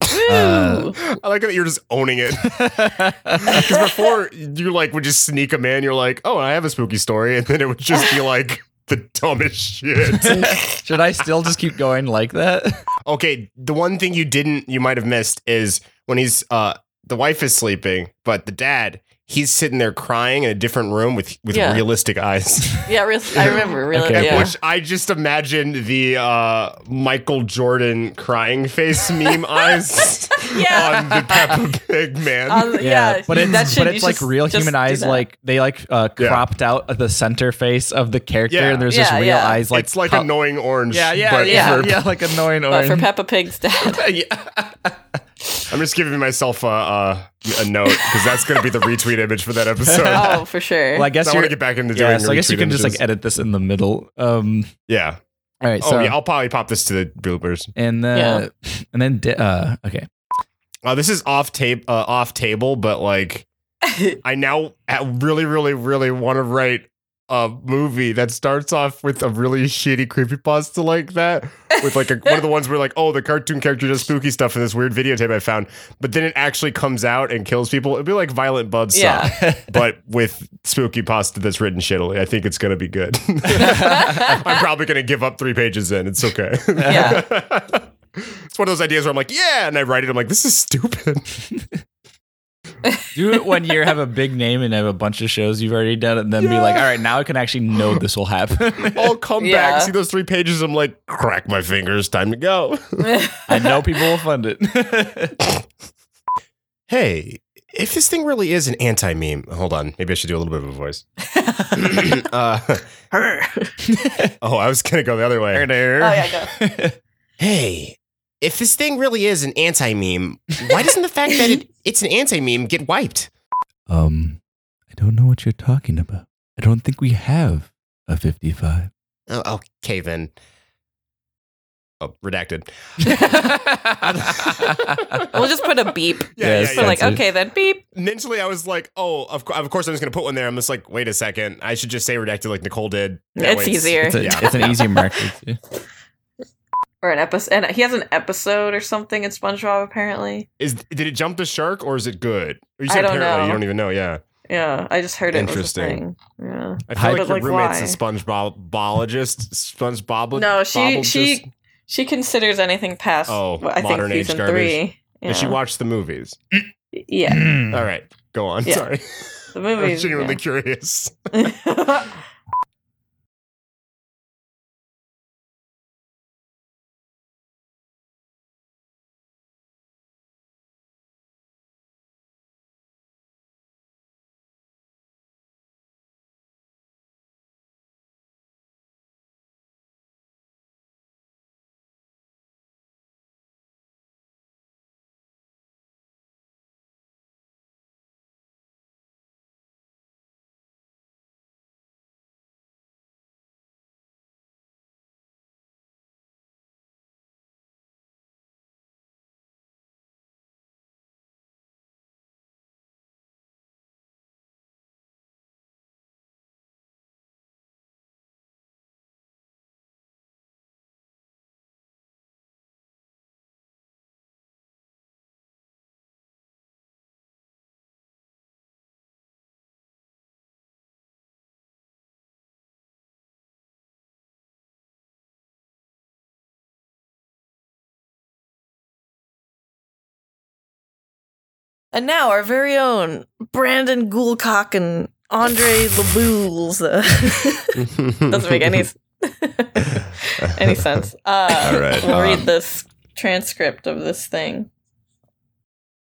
E: uh,
D: Woo!
C: I like that you're just owning it. Because before you like would just sneak them in, you're like, oh, I have a spooky story, and then it would just be like the dumbest shit.
E: Should I still just keep going like that?
C: okay, the one thing you didn't, you might have missed is when he's uh the wife is sleeping, but the dad he's sitting there crying in a different room with with
D: Yeah.
C: realistic eyes.
D: yeah, real, I remember. Really,
E: Okay.
D: yeah.
C: Which I just imagine the uh, Michael Jordan crying face meme eyes
D: Yeah.
C: on the Peppa Pig man.
D: Um, yeah,
E: but
D: you-
E: it's
D: that should,
E: but
D: you
E: it's like
D: just-
E: real
D: just
E: human
D: do
E: eyes.
D: that.
E: Like they like uh,
C: Yeah.
E: cropped out the center face of the character,
C: Yeah.
E: and there's just
D: Yeah,
E: real
D: yeah.
E: eyes. Like
C: it's like
E: pop-
C: annoying orange.
E: yeah, yeah,
C: but
E: yeah,
C: for-
E: yeah, like annoying
D: but
E: orange.
D: Oh, for Peppa Pig's dad.
C: I'm just giving myself a, a, a note because that's going to be the retweet image for that episode.
D: oh, for sure.
E: well, I guess
C: I
E: you're
C: want to get back into doing.
E: yeah. So I guess you
C: retweet
E: can just like
C: images.
E: edit this in the middle. Um.
C: yeah.
E: All right.
C: Oh
E: so
C: yeah, I'll probably pop this to the bloopers.
E: and then and then di- uh okay.
C: Uh, this is off tape, uh, off table, but like I now at- really, really, really want to write a movie that starts off with a really shitty creepypasta like that, with like a, one of the ones where like, oh, the cartoon character does spooky stuff in this weird videotape I found, but then it actually comes out and kills people. It'd be like Violent Buzzsaw,
D: Yeah.
C: but with spooky pasta that's written shittily. I think it's gonna be good. I'm probably gonna give up three pages in. It's okay.
D: Yeah.
C: It's one of those ideas where I'm like, yeah, and I write it. I'm like, this is stupid.
E: Do it one year, have a big name, and have a bunch of shows you've already done, and then be like, all right, now I can actually know this will happen.
C: I'll come
D: Yeah.
C: back, see those three pages. I'm like, crack my fingers, time to go.
E: I know people will fund it.
C: hey, if this thing really is an anti meme, hold on, maybe I should do a little bit of a voice. uh, oh, I was gonna go the other way.
D: oh yeah, go.
F: Hey, if this thing really is an anti meme, why doesn't the fact that it, it's an anti meme get wiped?
E: Um, I don't know what you're talking about. I don't think we have a 55.
F: Oh, okay, then.
C: Oh, redacted.
D: We'll just put a beep.
C: Yeah,
E: Yes.
C: yeah,
D: So
C: yeah.
D: like,
E: that's it.
D: okay, then beep.
C: Mentally, I was like, oh, of, cour- of course, I'm just gonna put one there. I'm just like, wait a second, I should just say redacted like Nicole did. That
D: It's
C: way
D: easier.
E: It's, a,
C: Yeah.
E: it's an easy marker. too.
D: Or an episode, and he has an episode or something in SpongeBob. Apparently,
C: Is did it jump the shark or is it good? Or you
D: I
C: said
D: don't
C: apparently
D: know.
C: you don't even know. Yeah,
D: yeah, I just heard it.
C: Interesting.
D: Was a thing. Yeah.
C: I feel
D: But,
C: like your
D: like,
C: roommate's a
D: why?
C: SpongeBobologist. SpongeBob.
D: No, she
C: bobologist?
D: she she considers anything past.
C: Oh,
D: what I
C: modern age
D: think season
C: garbage.
D: three. Yeah.
C: Did she watch the movies?
D: yeah,
H: Mm-hmm.
C: All right, go on.
D: Yeah.
C: Sorry, I
D: the
C: was
D: movies.
C: genuinely curious.
D: yeah. And now our very own Brandon Goulcock and Andre Laboules. Doesn't make any any sense. Uh,
C: All right,
D: We'll
C: um,
D: read this transcript of this thing.